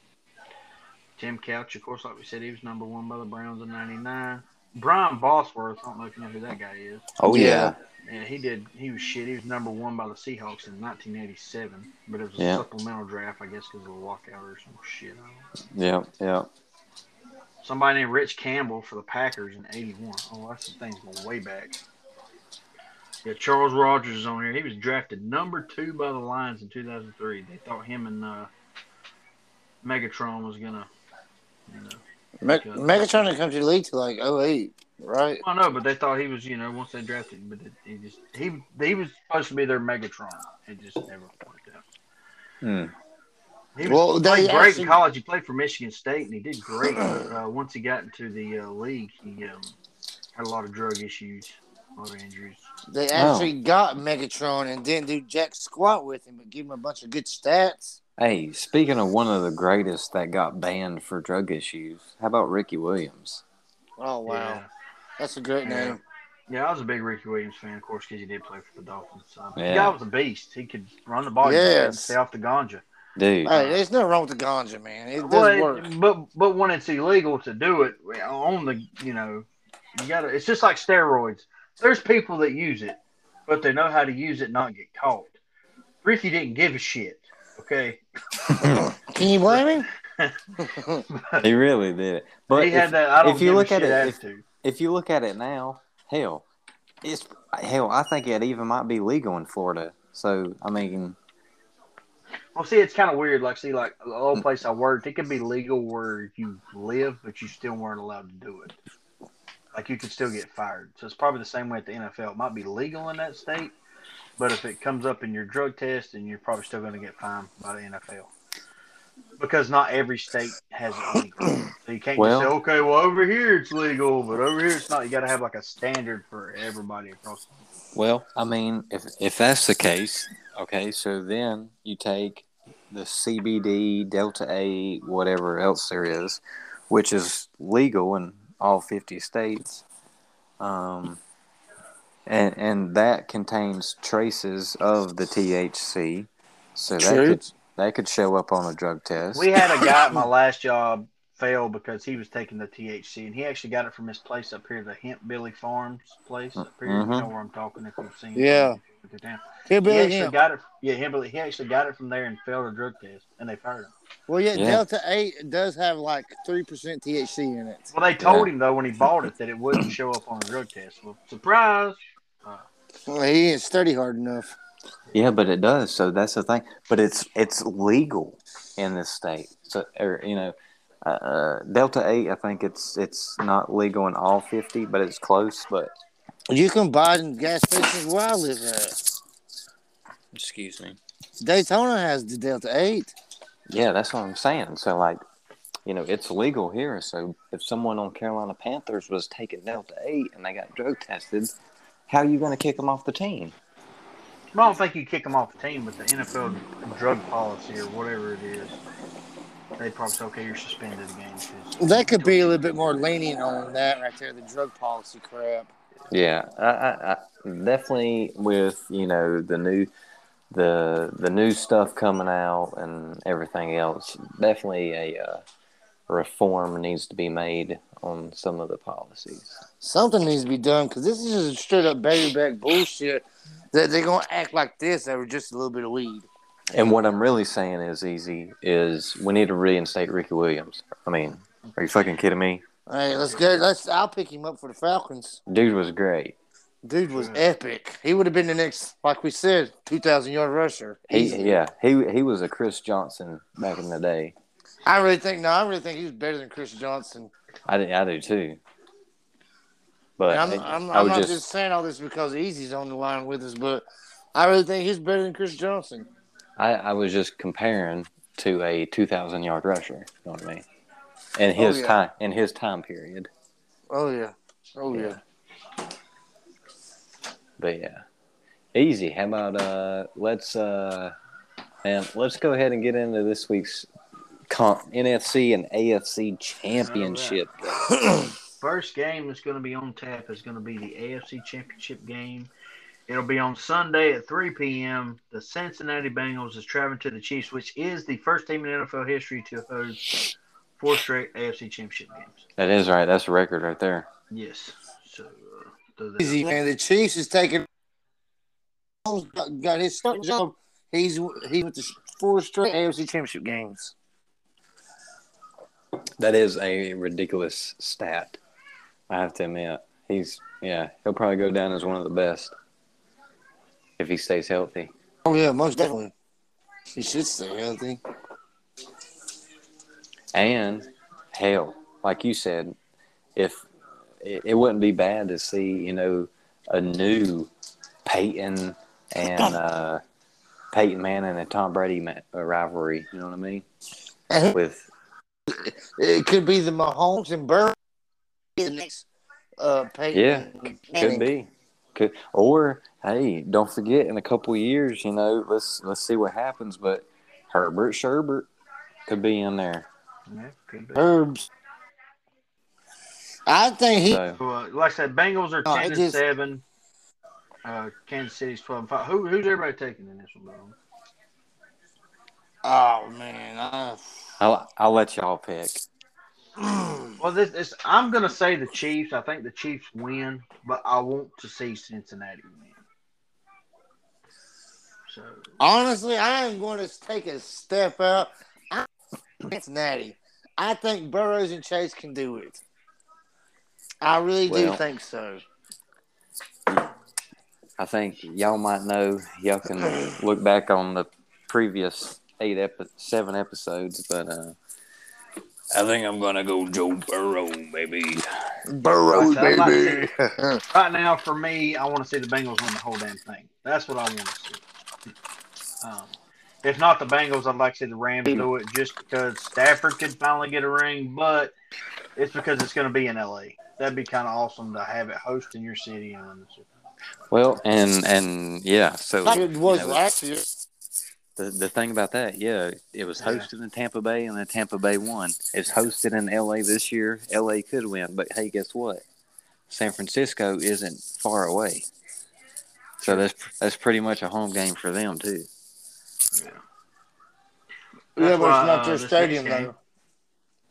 Tim Couch, of course, like we said, he was number one by the Browns in '99. Brian Bosworth, I don't know if you know who that guy is.
oh yeah,
Yeah, he did. He was shit. He was number one by the Seahawks in 1987, but it was a
Yeah.
supplemental draft, I guess, because of a walkout or some shit. I don't know.
yeah, yeah.
Somebody named Rich Campbell for the Packers in '81. Oh, that's the thing going way back. Yeah, Charles Rogers is on here. He was drafted number two by the Lions in 2003. They thought him and uh, Megatron was gonna. You know,
Me- Megatron didn't come to the league till like 08, right?
I know, but they thought he was. You know, once they drafted, him, but it, he just he he was supposed to be their Megatron. It just never worked out.
Hmm.
He was
Well, they
played great
actually-
in college. He played for Michigan State, and he did great. Uh, once he got into the uh, league, he um, had a lot of drug issues, a lot of injuries.
They actually got Megatron and didn't do jack squat with him, but gave him a bunch of good stats.
Hey, speaking of one of the greatest that got banned for drug issues, how about Ricky Williams?
Oh wow,
Yeah.
that's a great
Yeah.
name.
Yeah, I was a big Ricky Williams fan, of course, because he did play for the Dolphins. So The
Yeah.
guy was a beast. He could run the ball. He just had to
Yes.
Stay off the ganja.
Dude,
Hey, there's nothing wrong with the ganja, man. It does
Well,
work.
it- But but when it's illegal to do it on the you know, you gotta. It's just like steroids. There's people that use it, but they know how to use it, and not get caught. Ricky didn't give a shit. Okay,
Can you blame him?
he really did it. But
he
if,
had that. I don't
if you
give
look
a
at
shit
it, if-
attitude.
if you look at it now, hell, it's hell. I think it even might be legal in Florida. So I mean,
Well, see, it's kind of weird. Like, see, like the old place I worked, it could be legal where you live, but you still weren't allowed to do it. Like, you could still get fired. So it's probably the same way at the NFL. It might be legal in that state, but if it comes up in your drug test, then you're probably still going to get fined by the NFL. Because not every state has it legal. So you can't
Well-
just say, okay, well, over here it's legal, but over here it's not. You got to have like a standard for everybody across.
Well, I mean, if if that's the case, okay, so then you take the CBD, Delta 8, whatever else there is, which is legal in all 50 states. Um, and, and that contains traces of the THC. So that
True.
could, that could show up on a drug test.
We had a guy at my last job fail because he was taking the THC, and he actually got it from his place up here, the Hemp Billy Farms place up here. You
Mhm.
know where I'm talking if you've seen. it.
Yeah.
Look it down.
He'll
He
be
actually
him.
got it. Yeah, Hemp Billy. He actually got it from there and failed a drug test, and they fired him.
Well, yeah,
Yeah.
Delta Eight does have like three percent THC in it.
Well, they told him though when he bought it that it wouldn't show up on a drug test. Well, surprise.
Well, he didn't study hard enough.
Yeah, but it does. So that's the thing. But it's it's legal in this state. So or you know, uh, uh, Delta Eight. I think it's it's not legal in all fifty, but it's close. But
You can buy it in gas stations where I live at.
excuse me.
Daytona has the Delta Eight.
Yeah, that's what I'm saying. So like, you know, it's legal here. So if someone on Carolina Panthers was taking Delta Eight and they got drug tested, how you going to kick them off the team?
I don't think you kick him off the team, but the NFL drug policy or whatever it is, they probably say, okay, you're suspended again. 'cause-
They could be a little bit more lenient on that right there, the drug policy crap.
Yeah, I, I, I definitely with you know the new the the new stuff coming out and everything else. Definitely a uh, reform needs to be made on some of the policies.
Something needs to be done because this is just straight up baby back bullshit. That they're gonna act like this They were just a little bit of weed.
And what I'm really saying is easy is we need to reinstate Ricky Williams. I mean, are you fucking kidding me?
All right, let's go. Let's. I'll pick him up for the Falcons.
Dude was great.
Dude was
Yeah.
epic. He would have been the next, like we said, two thousand yard rusher. Easy.
He, yeah, he he was a Chris Johnson back in the day.
I really think no, I really think he was better than Chris Johnson.
I do, I do too. But
And I'm,
it-
I'm,
I
I'm
was
not
just,
just... saying all this because Easy's on the line with us, but I really think he's better than Chris Johnson.
I, I was just comparing to a two thousand yard rusher. You know what I mean? In
Oh,
his
yeah.
time, in his time period.
Oh yeah, oh yeah.
But yeah, easy. How about uh, let's uh, man, let's go ahead and get into this week's comp NFC and AFC championship.
First game that's going to be on tap is going to be the AFC Championship game. It'll be on Sunday at 3 p.m. The Cincinnati Bengals is traveling to the Chiefs, which is the first team in NFL history to host four straight AFC Championship games.
That is right. That's a record right there.
Yes. So, uh, throw that-
Easy man. The Chiefs is taking. Mahomes got- Got his starting job. He's he went to four straight AFC Championship games.
That is a ridiculous stat. I have to admit, he's yeah, he'll probably go down as one of the best if he stays healthy.
Oh yeah, most definitely. He should stay healthy.
And hell, like you said, if it, it wouldn't be bad to see, you know, a new Peyton and uh, Peyton Manning and Tom Brady ma- uh, rivalry. You know what I mean?
And
With
It could be the Mahomes and Burrow. The next, uh, Peyton
Yeah,
Manning.
could be, could or hey, don't forget in a couple of years, you know, let's let's see what happens. But Herbert Sherbert could be in there.
Yeah, could be.
Herbs. I think he.
So
So, uh, like I said, Bengals are
No, it
ten and
just-
seven. Uh, Kansas City's twelve and five. Who, who's everybody taking in this one? by the way?
Oh man, I,
I'll I'll let y'all pick.
Well, this is. I'm gonna say the Chiefs. I think the Chiefs win, but I want to see Cincinnati win. So
honestly, I am going to take a step out. I, Cincinnati. I think Burrows and Chase can do it. I really do
Well.
think so.
I think y'all might know. Y'all can look back on the previous eight, epi- seven episodes, but uh,
I think I'm gonna go Joe Burrow, baby.
Burrows,
Like I- like
baby.
right now, for me, I want to see the Bengals win the whole damn thing. That's what I want to see. Um, if not the Bengals, I'd like to see the Rams do it, just because Stafford could finally get a ring. But it's because it's gonna be in LA. That'd be kind of awesome to have it host in your city and win the Super Bowl.
well, and and yeah. So
like it was
you know,
last year.
the the thing about that, yeah, it was hosted in Tampa Bay, and then Tampa Bay won. It's hosted in L.A. this year. L.A. could win, but hey, guess what? San Francisco isn't far away, so that's that's pretty much a home game for them too.
Yeah, but it's
why,
not
uh,
their
this next
stadium
game-
though.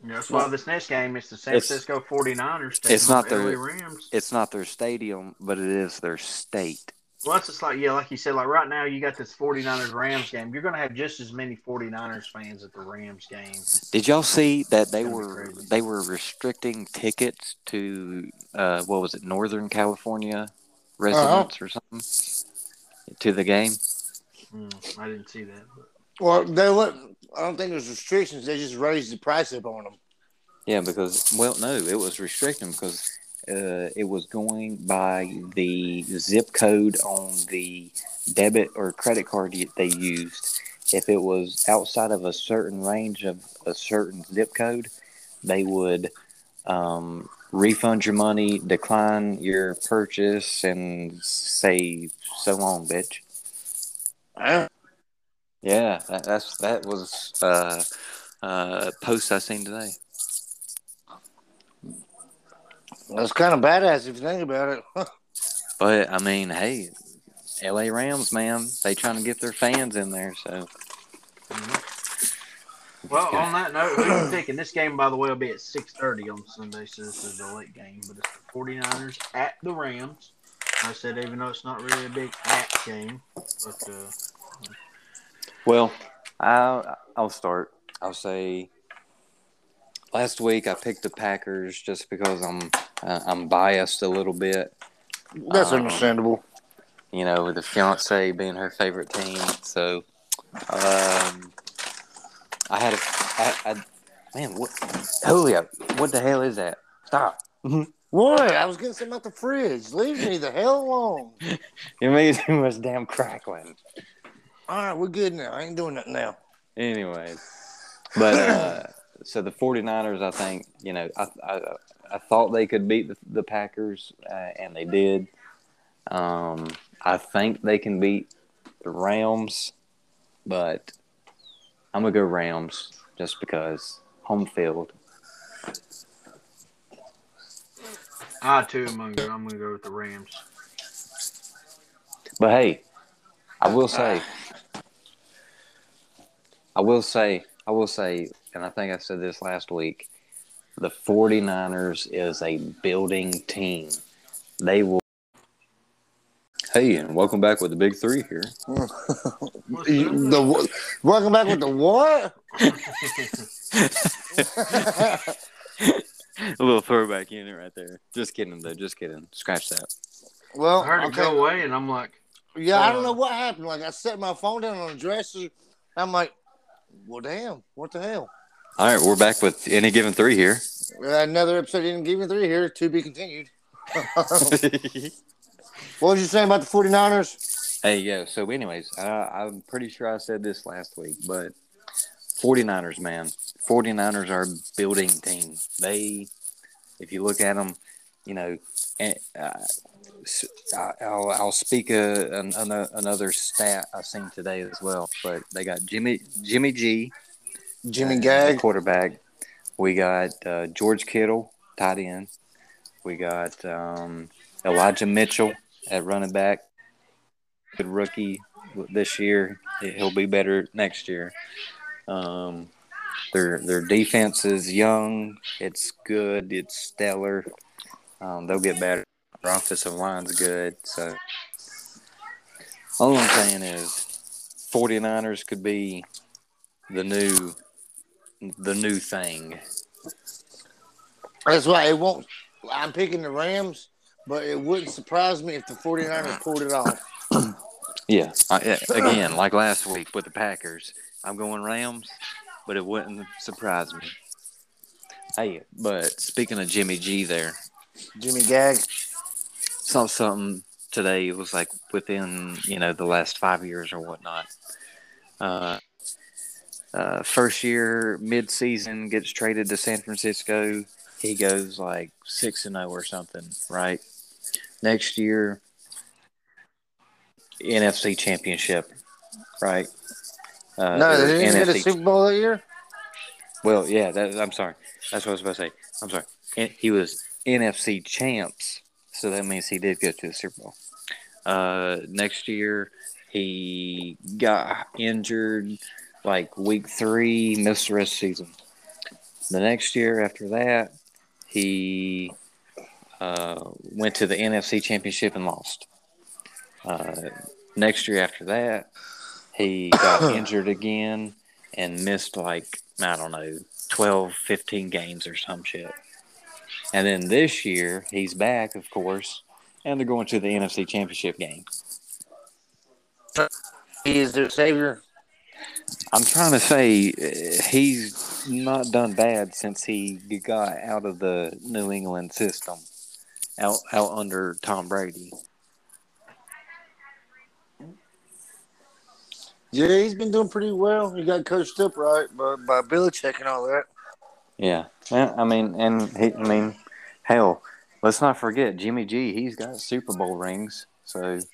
That's why this next game is the San
It's-
Francisco 49ers.
it's not
taking on
the-
LA Rams.
It's not their stadium, but it is their state.
Once it's like, yeah, like you said, like right now you got this 49ers Rams game. You're going to have just as many 49ers fans at the Rams game.
Did y'all see that they
It's gonna be
were
crazy.
they were restricting tickets to uh, what was it Northern California
Uh,
residents or something to the game?
Hmm, I didn't see that. but-
Well, they what? I don't think there's restrictions. They just raised the price up on them.
Yeah, because well, no, it was restricting because uh, it was going by the zip code on the debit or credit card y- they used. If it was outside of a certain range of a certain zip code, they would um, refund your money, decline your purchase, and say so long, bitch.
Yeah.
Yeah, that, that's that was uh, uh, post I seen today.
That's kind of badass if you think about it.
But I mean, hey, LA Rams, man, they trying to get their fans in there. So
Mhm. Well, on that note, we were thinking this game, by the way, will be at 6.30 on Sunday, so this is a late game. But it's the 49ers at the Rams. I said, even though it's not really a big at game, but uh,
well, I I'll start. I'll say last week I picked the Packers just because I'm uh, I'm biased a little bit,
That's
Um,
understandable.
you know, with the fiance being her favorite team. So, um, I had a, I, I, man, what, Julio, what the hell is that? Stop.
What? I was getting something out the fridge. Leave me the hell alone.
It made too much damn crackling.
All right, we're good now. I ain't doing nothing now.
Anyways, but, uh, so the 49ers, I think, you know, I, I, I thought they could beat the, the Packers, uh, and they did. Um, I think they can beat the Rams, but I'm going to go Rams just because home field.
I too am gonna go. I'm gonna go with the Rams.
But hey, I will say, Ah. I will say, I will say, and I think I said this last week the 49ers is a building team. They will. Hey, and welcome back with the big three here.
What's
You-
up?
the wha- welcome back with the what?
A little throwback unit right there. Just kidding, though. Just kidding. Scratch that.
well,
I heard it
okay.
go away, and I'm like,
yeah, I
Uh,
don't know what happened. Like I set my phone down on the dresser. I'm like, well, damn, what the hell? Uh,
All right, we're back with any given three here.
Another episode didn't give me three here. To be continued. what was you saying about the 49ers?
Hey, yeah. So, anyways, uh, I'm pretty sure I said this last week, but 49ers, man, 49ers are a building team. They, if you look at them, you know, and, uh, s- I- I'll, I'll speak a, an, an, another stat I seen today as well, but they got Jimmy Jimmy G,
Jimmy
uh,
Gag.
quarterback. We got uh, George Kittle, tight end. We got um, Elijah Mitchell at running back. Good rookie this year. He'll be better next year. Um, their their defense is young. It's good. It's stellar. Um, they'll get better. Their offensive line's good. So all I'm saying is, 49ers could be the new the new thing.
That's why it won't. I'm picking the Rams, but it wouldn't surprise me if the 49ers pulled it off.
Yeah. I, again, like last week with the Packers, I'm going Rams, but it wouldn't surprise me. Hey, but speaking of Jimmy G, there
Jimmy Gag.
saw something today. It was like within you know the last five years or whatnot. Uh, uh, first year mid season gets traded to San Francisco. He goes like six and zero or something, right? Next year, NFC Championship, right? Uh,
no,
or
they didn't get a
NFC
Super Bowl that year.
well, yeah, that, I'm sorry. That's what I was about to say. I'm sorry. N- He was NFC champs, so that means he did go to the Super Bowl. Uh, next year, he got injured like week three, missed the rest of the season. The next year after that, he uh, went to the NFC championship and lost. Uh, next year after that, he got injured again and missed like I don't know 12, 15 games or some shit. And then this year he's back, of course, and they're going to the NFC Championship game.
He is their savior.
I'm trying to say uh, he's not done bad since he got out of the New England system, out out under Tom Brady.
Yeah, he's been doing pretty well. He got coached up right by, by Belichick and all that.
Yeah, Yeah, I mean, and he, I mean, hell, let's not forget Jimmy G. He's got Super Bowl rings, so of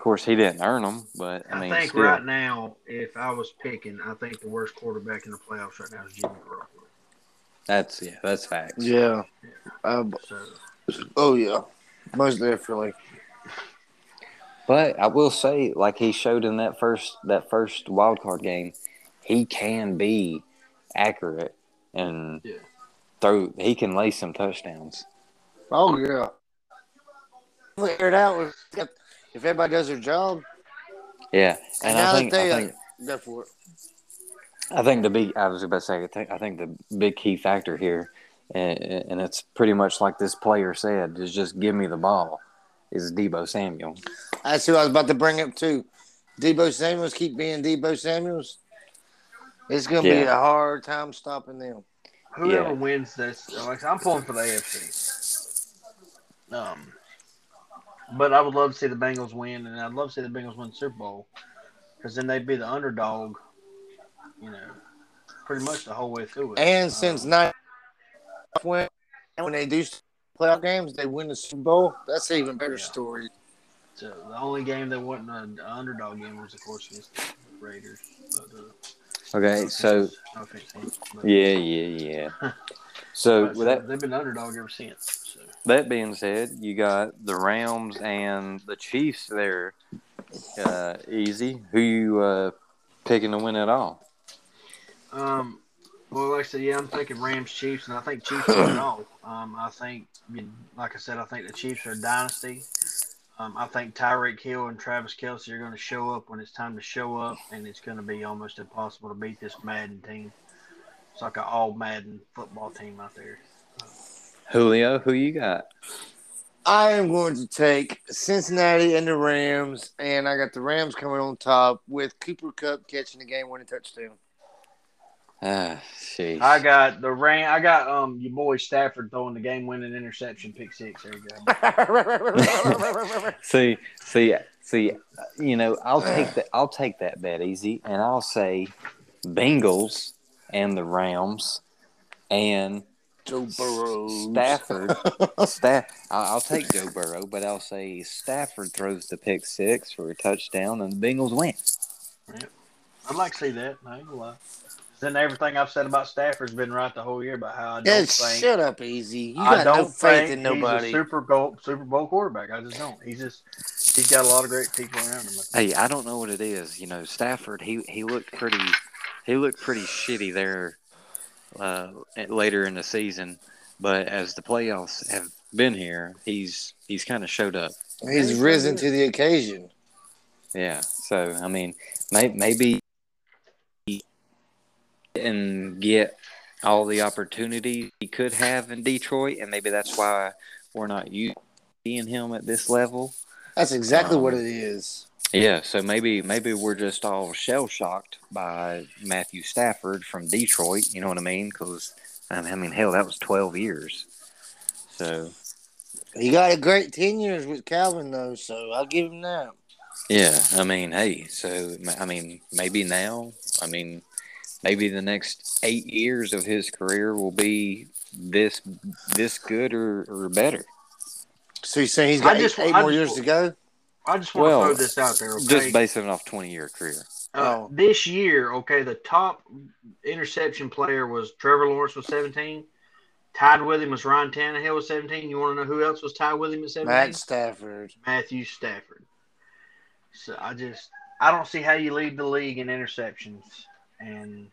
course he didn't earn them, but I
I
mean,
think
still.
right now, if I was picking, I think the worst quarterback in the playoffs right now is Jimmy Garoppolo.
That's yeah, that's facts.
Yeah. Uh, b-
So
oh, yeah. Most definitely.
But I will say, like he showed in that first that first wild card game, he can be accurate and
Yeah.
throw. He can lay some touchdowns.
Oh, yeah. Figure it out. with- If everybody does their job,
Yeah, and
now
I
that
think
they,
I
uh,
think
go for it.
I think the big I was about to say I think I think the big key factor here, and, and it's pretty much like this player said, is just give me the ball. is Debo Samuel.
That's who I was about to bring up too. Debo Samuels keep being Debo Samuels. It's gonna be
Yeah.
a hard time stopping them.
Whoever
Yeah.
wins this, like I'm pulling for the AFC. Um, but I would love to see the Bengals win, and I'd love to see the Bengals win the Super Bowl, because then they'd be the underdog. You know, pretty much the whole way through it.
And since
Uh-huh.
Um,
nine when and when they do playoff games, they win the Super Bowl. That's an even better
Yeah.
story.
so the only game that wasn't an underdog game was, of course, against the Raiders. But, uh,
Okay, so
no offense, no offense, but-
yeah, yeah, yeah. So
but,
with
uh,
that
they've been the underdog ever since. So.
that being said, you got the Rams and the Chiefs there. Uh, easy. Who you uh, picking to win it all?
Um, well, like I said, yeah, I'm thinking Rams, Chiefs, and I think Chiefs win it all. Um, I think, like I said, I think the Chiefs are a dynasty. Um, I think Tyreek Hill and Travis Kelsey are going to show up when it's time to show up, and it's going to be almost impossible to beat this Madden team. It's like an all Madden football team out there.
Julio, who you got?
I am going to take Cincinnati and the Rams, and I got the Rams coming on top with Cooper Cup catching the game winning touchdown.
Ah, sheesh.
I got the Ram. I got um your boy Stafford throwing the game winning interception, pick six. There you go.
See, see, see. You know, I'll take that. I'll take that bet easy, and I'll say Bengals and the Rams and
Joe Burrow.
Stafford. Staff. I'll take Joe Burrow, but I'll say Stafford throws the pick six for a touchdown, and the Bengals win.
I'd like to see that. I ain't gonna lie. Then everything I've said about Stafford's been right the whole year about how I don't
Yeah,
think
shut up, Easy. You got
I don't
no
think
faith in
he's
nobody.
a Super Bowl Super Bowl quarterback. I just don't. He's just he's got a lot of great people around him.
Hey, I don't know what it is. You know, Stafford. He he looked pretty. He looked pretty shitty there uh, at- later in the season, but as the playoffs have been here, he's he's kind of showed up.
He's risen to the occasion.
Yeah. So I mean, may, maybe he didn't get all the opportunities he could have in Detroit, and maybe that's why we're not used to seeing him at this level.
That's exactly
Um,
what it is.
Yeah. So maybe maybe we're just all shell shocked by Matthew Stafford from Detroit. You know what I mean? Because I mean, hell, that was twelve years. So
He got a great ten years with Calvin though, so I'll give him that.
Yeah, I mean, hey, so ma- I mean, maybe now, I mean, maybe the next eight years of his career will be this this good or, or better.
So you're saying he's
I
got
just-
eight, eight
I
more
just-
years to go?
I just want
Well,
to throw this out there. Okay?
Just based it off twenty year career.
Uh,
Oh.
This year, okay, the top interception player was Trevor Lawrence with 17. Tied with him was Ryan Tannehill with 17. You want to know who else was tied with him at 17?
Matt Stafford.
Matthew Stafford. So I just I don't see how you lead the league in interceptions, and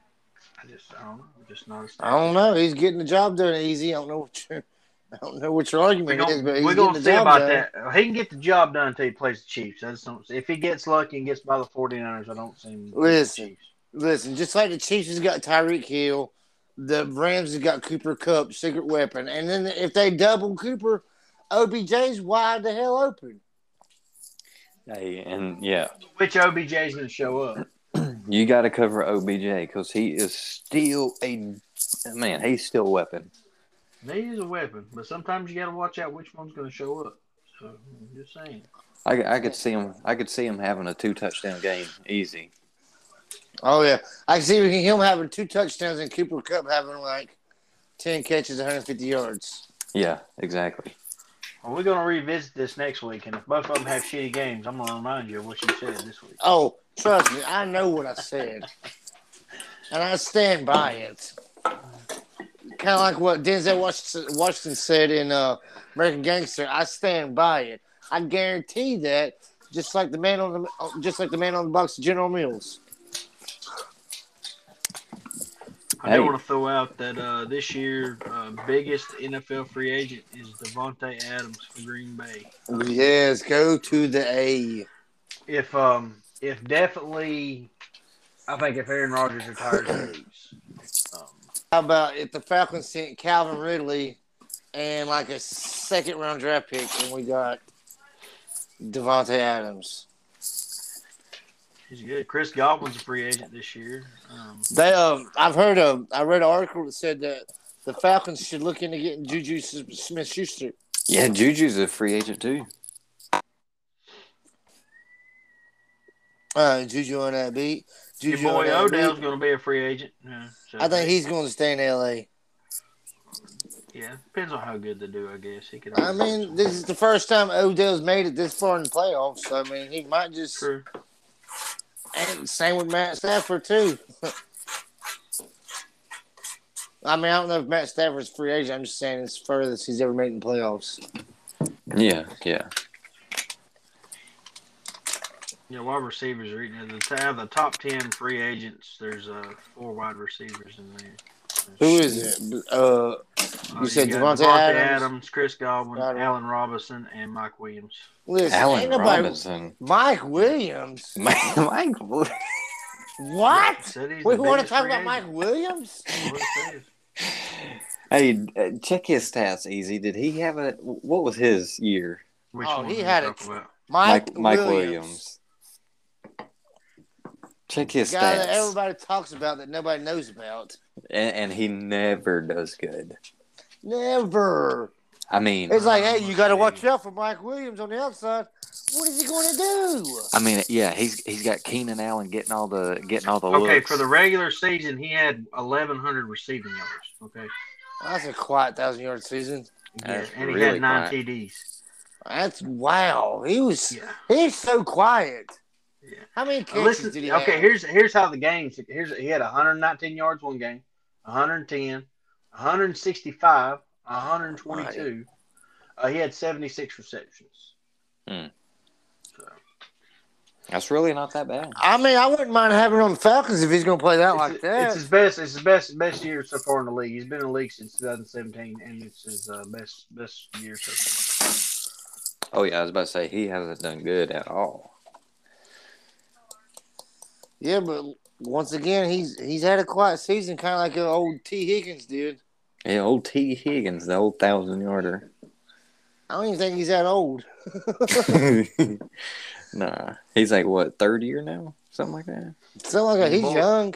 I just I don't know, I'm just not.
I don't know. He's getting the job done easy. I don't know what your I don't know what your
We're
argument is,
gonna,
but he's
we're
getting
gonna
the
see
job
about
done.
that. He can get the job done until he plays the Chiefs. I just don't. If he gets lucky and gets by the 49ers, I don't see him.
Listen. Listen, just like the Chiefs has got Tyreek Hill, the Rams has got Cooper Cup, secret weapon, and then if they double Cooper, OBJ's wide the hell open.
Hey, and yeah,
Which OBJ's gonna show up?
you got to cover OBJ because he is still a man. He's still a weapon.
He is a weapon, but sometimes you gotta watch out which one's gonna show up. So I'm just saying.
I, I could see him. I could see him having a two touchdown game easy.
Oh yeah, I can see him having two touchdowns and Cooper Cup having like ten catches, 150 yards.
Yeah, exactly.
Well, we're gonna revisit this next week, and if both of them have shitty games, I'm gonna remind you of what you said this week.
Oh, trust me, I know what I said, and I stand by it. Kind of like what Denzel Washington- Washington said in uh, American Gangster. I stand by it. I guarantee that. Just like the man on the, just like the man on the box of General Mills.
I do
Hey.
want to throw out that uh, this year uh, biggest NFL free agent is Devonte Adams for Green Bay.
Yes, go to the A.
if um if definitely I think if Aaron Rodgers retires he leaves. Um,
How about if the Falcons sent Calvin Ridley and like a second round draft pick, and we got Devontae Adams.
He's good. Chris Godwin's a free agent this year. Um,
They, uh, I've heard a, I read an article that said that the Falcons should look into getting Juju Smith Schuster.
Yeah, Juju's a free agent too.
Uh, Juju on that beat.
your
Juju on
boy
that
Odell's
beat.
going to be a free agent. Yeah, so-
I think he's going to stay in L.A.
Yeah, depends on how good they do, I guess. He could.
I mean, this is the first time Odell's made it this far in the playoffs. So, I mean, he might just.
True.
And same with Matt Stafford too. I mean, I don't know if Matt Stafford's a free agent. I'm just saying it's the furthest he's ever made in the playoffs.
Yeah, yeah.
Yeah, wide receivers are eating. The, out of the top ten free agents, there's uh, four wide receivers in there.
Who is it? Uh,
Uh,
You said
got
Devontae Adams.
Chris Godwin,
Godwin.
Allen Robinson, and Mike Williams.
listen,
Allen
ain't nobody-
Robinson.
Mike Williams.
Mike, Mike Williams.
I
What?
said he's
We
the
want to
biggest
talk
free
about Mike
agent.
Williams?
What it says.
Hey, uh, check his stats, Easy. Did he have a what was his year?
Which
Oh,
one
he
we
had
talk
it.
about?
Mike,
Mike
Williams.
Williams. Check his
Guy that
stats,
everybody talks about that nobody knows about.
and, and he never does good.
Never.
I mean,
It's like, hey, you got to watch out for Mike Williams on the outside. What is he going to do?
I mean, yeah, he's he's got Keenan Allen getting all the getting all the
Okay,
looks.
for the regular season, he had 1,100 receiving yards. Okay,
That's a quiet thousand yard season.
yeah,
That's
and he
really
had nine
quiet.
TDs.
That's wow. He was
Yeah,
he's so quiet.
yeah.
How many
Uh,
catches
Listen,
did he
okay,
have?
here's here's how the games. Here's he had 119 yards one game, 110, 165, 122. Uh, he had 76 receptions.
Hmm.
So,
That's really not that bad.
I mean, I wouldn't mind having him on the Falcons if he's going to play that
it's,
like that.
it's his best. It's his best best year so far in the league. He's been in the league since 2017, and it's his uh, best best year so far.
Oh yeah, I was about to say he hasn't done good at all.
yeah, but once again, he's he's had a quiet season, kind of like uh, old T Higgins did.
Yeah, old T Higgins, the old thousand yarder.
I don't even think he's that old.
nah, he's like what third year now, something like that.
So like that, he's
Well-
young.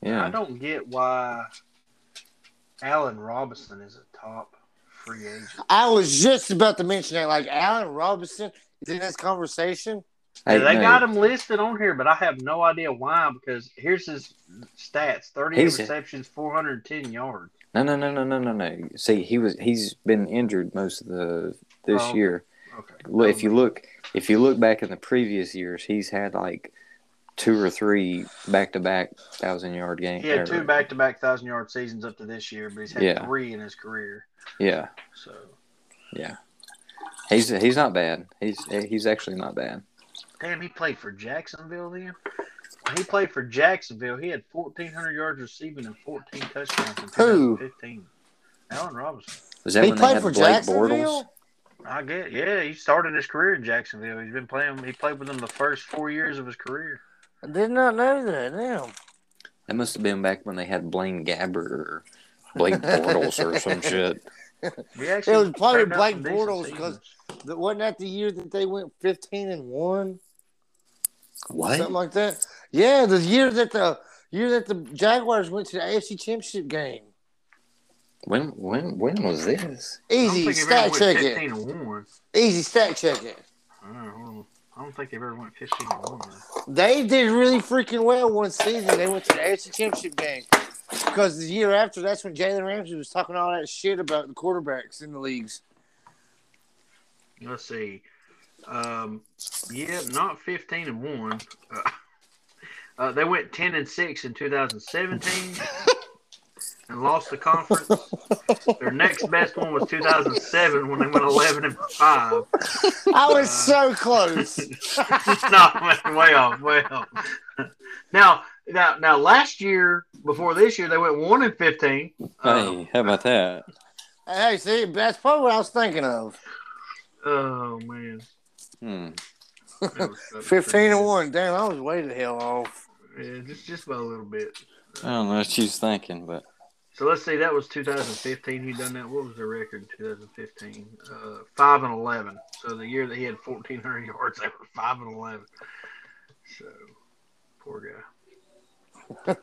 I
Yeah,
don't get why Allen Robinson is a top free agent.
I was just about to mention that. Like Allen Robinson is in this conversation.
Hey,
Yeah, they
no,
got him listed on here, but I have no idea why. Because here's his stats: thirty-eight
He's-
receptions, four hundred and ten yards.
No, no, no, no, no, no, no. See, he was he's been injured most of the this
Oh.
year.
Okay.
Look, if you look, if you look back in the previous years, he's had like two or three back to back thousand yard games.
he had two back-to-back thousand-yard seasons up to this year, but he's had
Yeah.
three in his career.
Yeah,
So
he's he's not bad. He's he's actually not bad.
damn, he played for Jacksonville then. When He played for Jacksonville. He had fourteen hundred yards receiving and fourteen touchdowns in
Who?
2015. Allen Robinson.
Was that
he
when they
played
had
for
Blake
Jacksonville.
Bortles?
I get. Yeah, he started his career in Jacksonville. He's been playing. He played with them the first four years of his career.
I did not know that. Damn.
That must have been back when they had Blaine Gabbert or Blake Bortles or some shit.
He actually
was probably
turned out
Blake
some decent
Bortles
seasons.
'cause But wasn't that the year that they went fifteen and one?
What?
Something like that. Yeah, the year that the year that the Jaguars went to the AFC Championship game.
When when when was this?
I don't
Easy
think they've
stat
ever went
check it.
15 and one.
Easy stat check it.
I don't, know. I don't think they've ever went 15 and one. though.
They did really freaking well one season. They went to the AFC Championship game because the year after, that's when Jalen Ramsey was talking all that shit about the quarterbacks in the leagues.
Let's see. Um, yeah, not 15 and one. Uh, uh, they went 10 and six in 2017 and lost the conference. Their next best one was 2007 when they went 11 and five.
I was so close.
no, man, way off, way off. Now, now, now, last year before this year, they went one and 15. Um,
Hey, how about that?
hey, see, that's probably what I was thinking of.
oh man.
Hmm.
That was- that was
Fifteen
pretty
and one. Damn, I was way the hell off.
good. Yeah, just just by a little bit.
I don't know what she's thinking, but
So let's see. That was 2015. He done that. What was the record? in 2015. Uh, five and 11. So the year that he had 1400 yards, they were five and 11. So poor guy.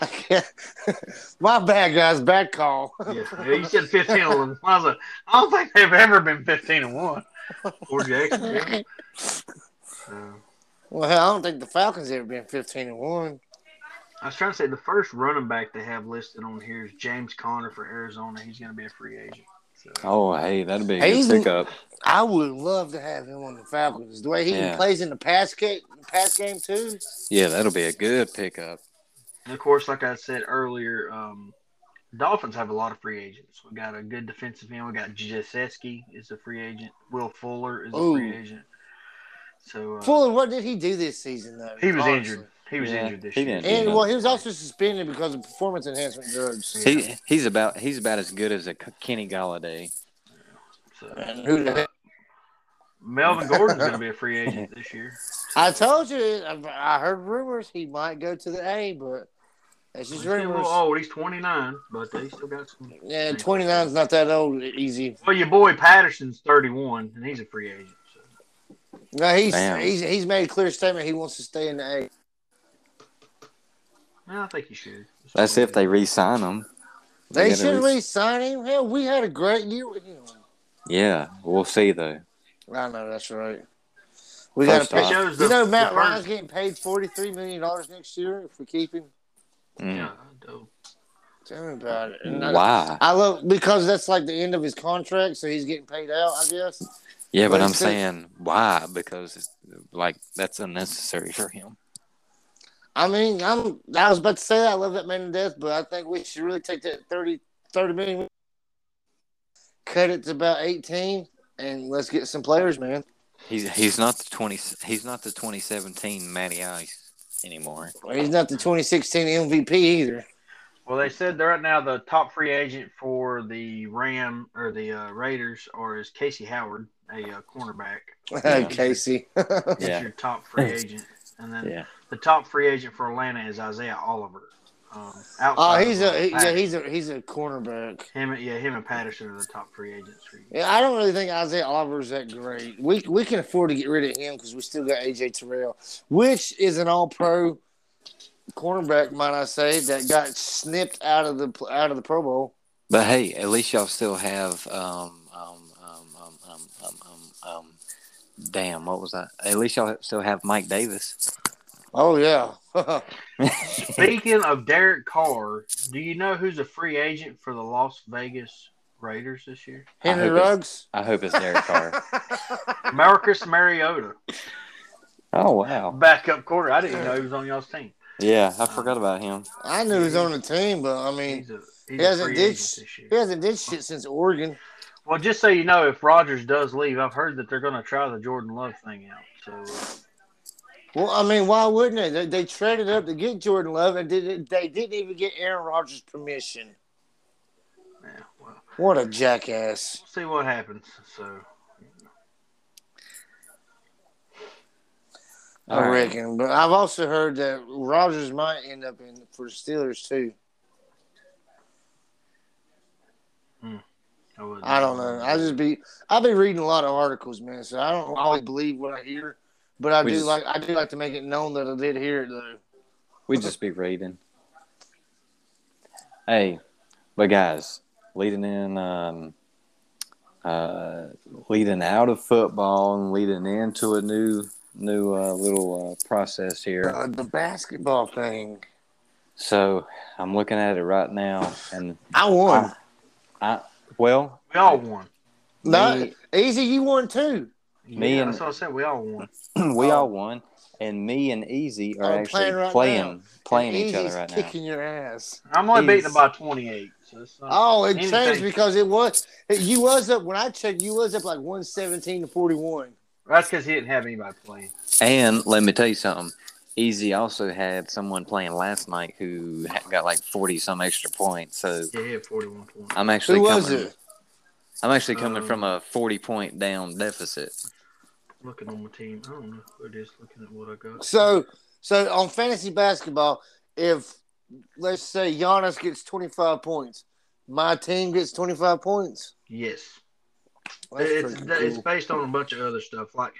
I can't. My bad, guys. Bad call.
Yeah, yeah, you said 15 and 11. I was like, I don't think they've ever been 15 and 1. Poor Jackson. yeah. Uh, So,
Well, hell, I don't think the Falcons ever been fifteen and one.
I was trying to say the first running back they have listed on here is James Conner for Arizona. He's going to be a free agent. So,
Oh, hey, that'd be a
Hey,
good
he's-
pickup.
I would love to have him on the Falcons. The way he
Yeah.
plays in the pass game, pass game too.
Yeah, that'll be a good pickup.
and of course, like I said earlier, um, Dolphins have a lot of free agents. We got a good defensive end. We got Jaceski is a free agent. Will Fuller is a free
Ooh.
agent. So uh,
Fuller, what did he do this season though?
he was
Honestly.
injured. He was
Yeah,
injured this
he
year.
didn't.
And well, he was also suspended because of performance enhancement drugs.
He he's about he's about as good as a K- Kenny Galladay.
So,
And who the heck-
Melvin Gordon's going to be a free agent this year.
I told you, I I heard rumors he might go to the A, but that's just
He's getting a
rumors.
little old. He's 29, but they still got some.
Yeah, 29 is not that old, easy.
Well, your boy Patterson's 31, and he's a free agent. So.
No, he's,
Damn.
he's he's made a clear statement he wants to stay in the A.
Yeah, I think you should.
That's if they re-sign him.
They
gotta
should at
re-
least sign him. Hell, we had a great year with him.
Yeah, we'll see though.
I know that's right. We got
First
to pay.
off-
Shows
You
the-
know,
the
Matt
first-
Ryan's getting paid forty three million dollars next year if we keep him.
Mm.
Yeah, I do.
Tell me about it. And I-
Why?
I love because that's like the end of his contract, so he's getting paid out. I guess.
Yeah, but
Well,
I'm
it's a-
saying why because it's, like that's unnecessary for him.
I mean, I'm. I was about to say I love that man to death, but I think we should really take that 30, 30 million, cut it to about eighteen, and let's get some players, man.
He's he's not the twenty he's not the 2017 Matty Ice anymore.
He's not the twenty sixteen MVP either.
Well, they said that right now the top free agent for the Ram or the uh, Raiders or is Casey Howard, a uh, cornerback.
Yeah.
Casey.
That's
Yeah.
your top free agent, and then
Yeah.
the top free agent for Atlanta is Isaiah Oliver. Um,
Oh,
outside
he's
of, uh,
a he, yeah,
Patterson.
he's a he's a cornerback.
him. and- Yeah, him and Patterson are the top free agents. For you.
Yeah, I don't really think Isaiah Oliver's that great. We we can afford to get rid of him because we still got AJ Terrell, which is an All Pro cornerback, might I say, that got snipped out of the out of the Pro Bowl.
But hey, at least y'all still have um um um um um um um, um damn what was that? At least y'all still have Mike Davis.
Oh yeah,
Speaking of Derek Carr, do you know who's a free agent for the Las Vegas Raiders this year?
Henry
hope it's-
Ruggs.
I hope it's Derek Carr.
Marcus Mariota,
oh wow.
backup quarter. I didn't know he was on y'all's team.
Yeah, I forgot about him.
I knew he was on the team, but I mean,
He's a, he's
He
a
hasn't
free
did
agent
sh-
this year.
he hasn't did shit since Oregon.
Well, just so you know, if Rogers does leave, I've heard that they're going to try the Jordan Love thing out. So
Well, I mean, why wouldn't they? They, they traded up to get Jordan Love, and did, they didn't even get Aaron Rodgers' permission.
yeah, well,
What a jackass!
we'll see what happens. So
I
All right.
reckon, but I've also heard that Rogers might end up in for the Steelers too.
I, wouldn't-
I don't know. I just be I've been reading a lot of articles, man, so I don't always believe what I hear, but I
We
do
just-
like I do like to make it known that I did hear it though.
We just be reading. Hey, but guys, leading in, um, uh, leading out of football and leading into a new, new uh, little uh, process here.
Uh, the basketball thing,
So I'm looking at it right now, and
I won.
I- well,
we all won.
no,
me-
easy, you won too.
Me
yeah,
and-
that's what I said. We all won.
we all won, and me and Easy are
Oh,
actually
playing
playing,
right now.
playing, each
Easy's
other right now.
kicking your ass.
I'm only
He's-
beating by 28. So it's not,
Oh, it
Anything.
changed because it was you was up when I checked. You was up like one seventeen to forty one.
that's because he didn't have anybody playing.
And let me tell you something. Easy also had someone playing last night who ha- got like forty some extra points. So
Yeah, he had 41 points.
I'm actually
Who was
coming,
it?
I'm actually coming
Um,
from a forty point down deficit.
Looking on my team, I don't know who it is. Looking at what I got.
So, so on fantasy basketball, if let's say Giannis gets 25 points, my team gets 25 points.
Yes.
That's
It's,
pretty
it's
cool.
based on a bunch of other stuff. Like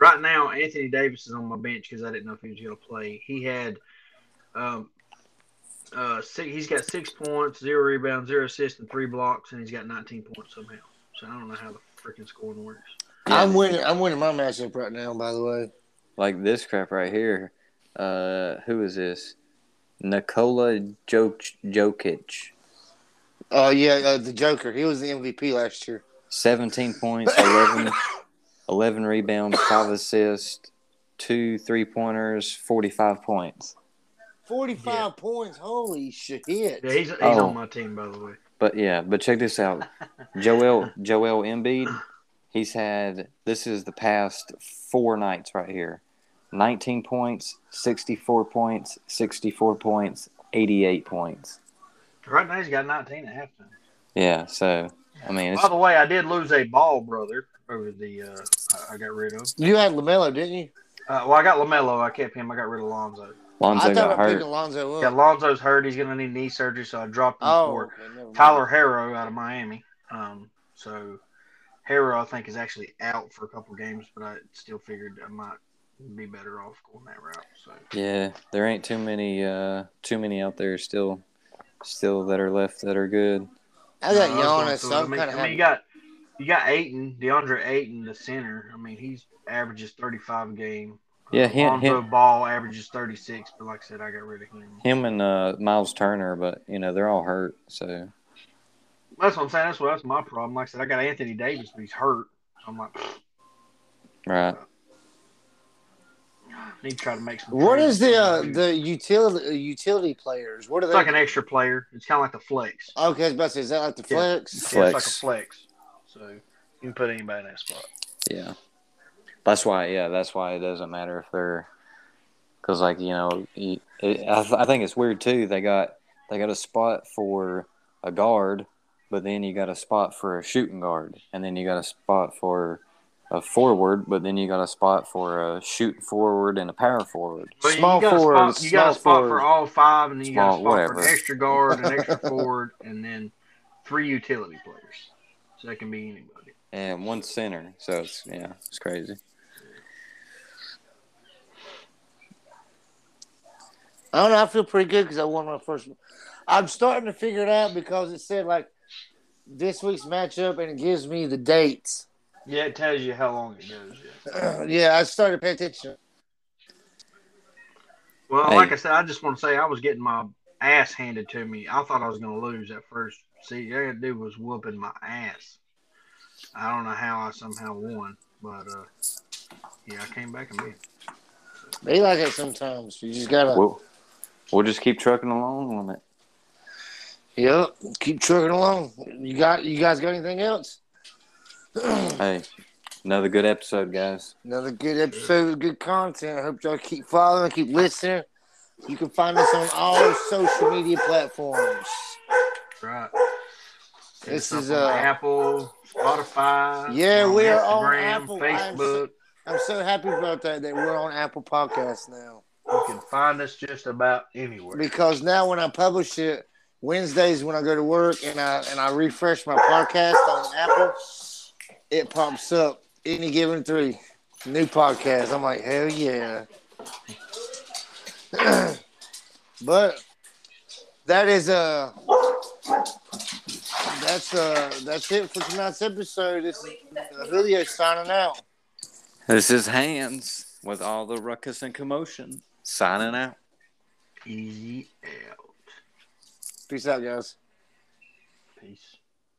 right now, Anthony Davis is on my bench because I didn't know if he was going to play. He had, um, uh, six, he's got six points, zero rebounds, zero assists, and three blocks, and he's got 19 points somehow. So I don't know how the freaking scoring works.
I'm winning. I'm winning my matchup right now. By the way,
like this crap right here. Uh, who is this? Nikola Jok- Jokic.
oh yeah, uh, the Joker. He was the MVP last year.
17 points, 11, 11 rebounds, 5 assists, 2 three pointers, 45 points.
45
Yeah.
points. Holy shit.
Yeah, he's, he's
Oh.
on my team, by the way.
But yeah, but check this out. Joel Joel Embiid, he's had this is the past four nights right here. 19 points, 64 points, 64 points, 88 points.
Right now, he's got 19 at halftime.
Yeah, so I mean, it's,
By the way, I did lose a ball, brother, over the uh, I I got rid of.
You had Lamelo, didn't you?
Uh, well, I got Lamelo. I kept him. I got rid of Lonzo.
Lonzo
I thought
got
I
hurt.
picked Alonzo up.
Yeah, Lonzo's hurt. He's gonna need knee surgery, so I dropped him
oh,
for
okay, never mind.
Tyler Harrow out of Miami. Um, so Harrow, I think, is actually out for a couple games, but I still figured I might be better off going that route. So
Yeah, there ain't too many uh too many out there still still that are left that are good.
I got
No,
Giannis.
I was going through.
So
I
I'm
mean,
kind
I mean, you
of.
got you got Aiton, DeAndre Ayton, the center. I mean, he's averages thirty five a game.
Yeah, him,
Lonzo
him,
Ball averages thirty six, but like I said, I got rid of him.
him and uh, Miles Turner, but you know they're all hurt. So
That's what I'm saying. That's what that's my problem. Like I said, I got Anthony Davis, but he's hurt. So I'm like,
right,
need to try to make some.
What
trades.
is the uh, the utility uh, utility players? What are
It's
they?
like an extra player. It's kind of like the flex.
okay, I was about to say, is that like the
Yeah.
flex?
Yeah, it's like a
Flex.
flex. So you can put anybody in that spot.
yeah. That's why, yeah, that's why it doesn't matter if they're because like you know, you- it, I, I think it's weird too. They got they got a spot for a guard, but then you got a spot for a shooting guard, and then you got a spot for a forward, but then you got a spot for a shoot forward and a power forward.
But
Small
you got a
forward,
spot, you got a
small
spot for
forward.
all five, and then you got a
Small,
spot for an
whatever.
extra guard, an extra forward, and then three utility players. So that can be anybody.
and one center. So it's yeah, it's crazy.
I don't know. I feel pretty good because I won my first. I'm starting to figure it out because it said like this week's matchup and it gives me the dates.
Yeah, it tells you how long it goes. Yeah.
yeah, I started paying attention.
Well,
Hey.
like I said, I just want to say I was getting my ass handed to me. I thought I was going to lose at first. See, that dude was whooping my ass. I don't know how I somehow won, but uh, yeah, I came back and beat. him.
They like it sometimes. You just gotta.
We'll, we'll just keep trucking along on it.
Yep. Keep trucking along. You got. You guys got anything else?
Hey, another good episode, guys.
Another good episode of good content. I hope y'all keep following, keep listening. You can find us on all social media platforms.
Right.
This
It's up
is,
on
uh,
Apple, Spotify.
Yeah,
on
we are on
Instagram,
Apple.
Facebook.
I'm so happy about that that we're on Apple Podcasts now
You can find us just about anywhere.
because now when I publish it Wednesdays when I go to work and I and I refresh my podcast on Apple, it pops up any given three new podcast. I'm like hell yeah, but that is uh that's uh that's it for tonight's episode. This is uh, Julio signing out.
This is Hands with all the ruckus and commotion. Signing out.
Easy out.
Peace out, guys.
Peace.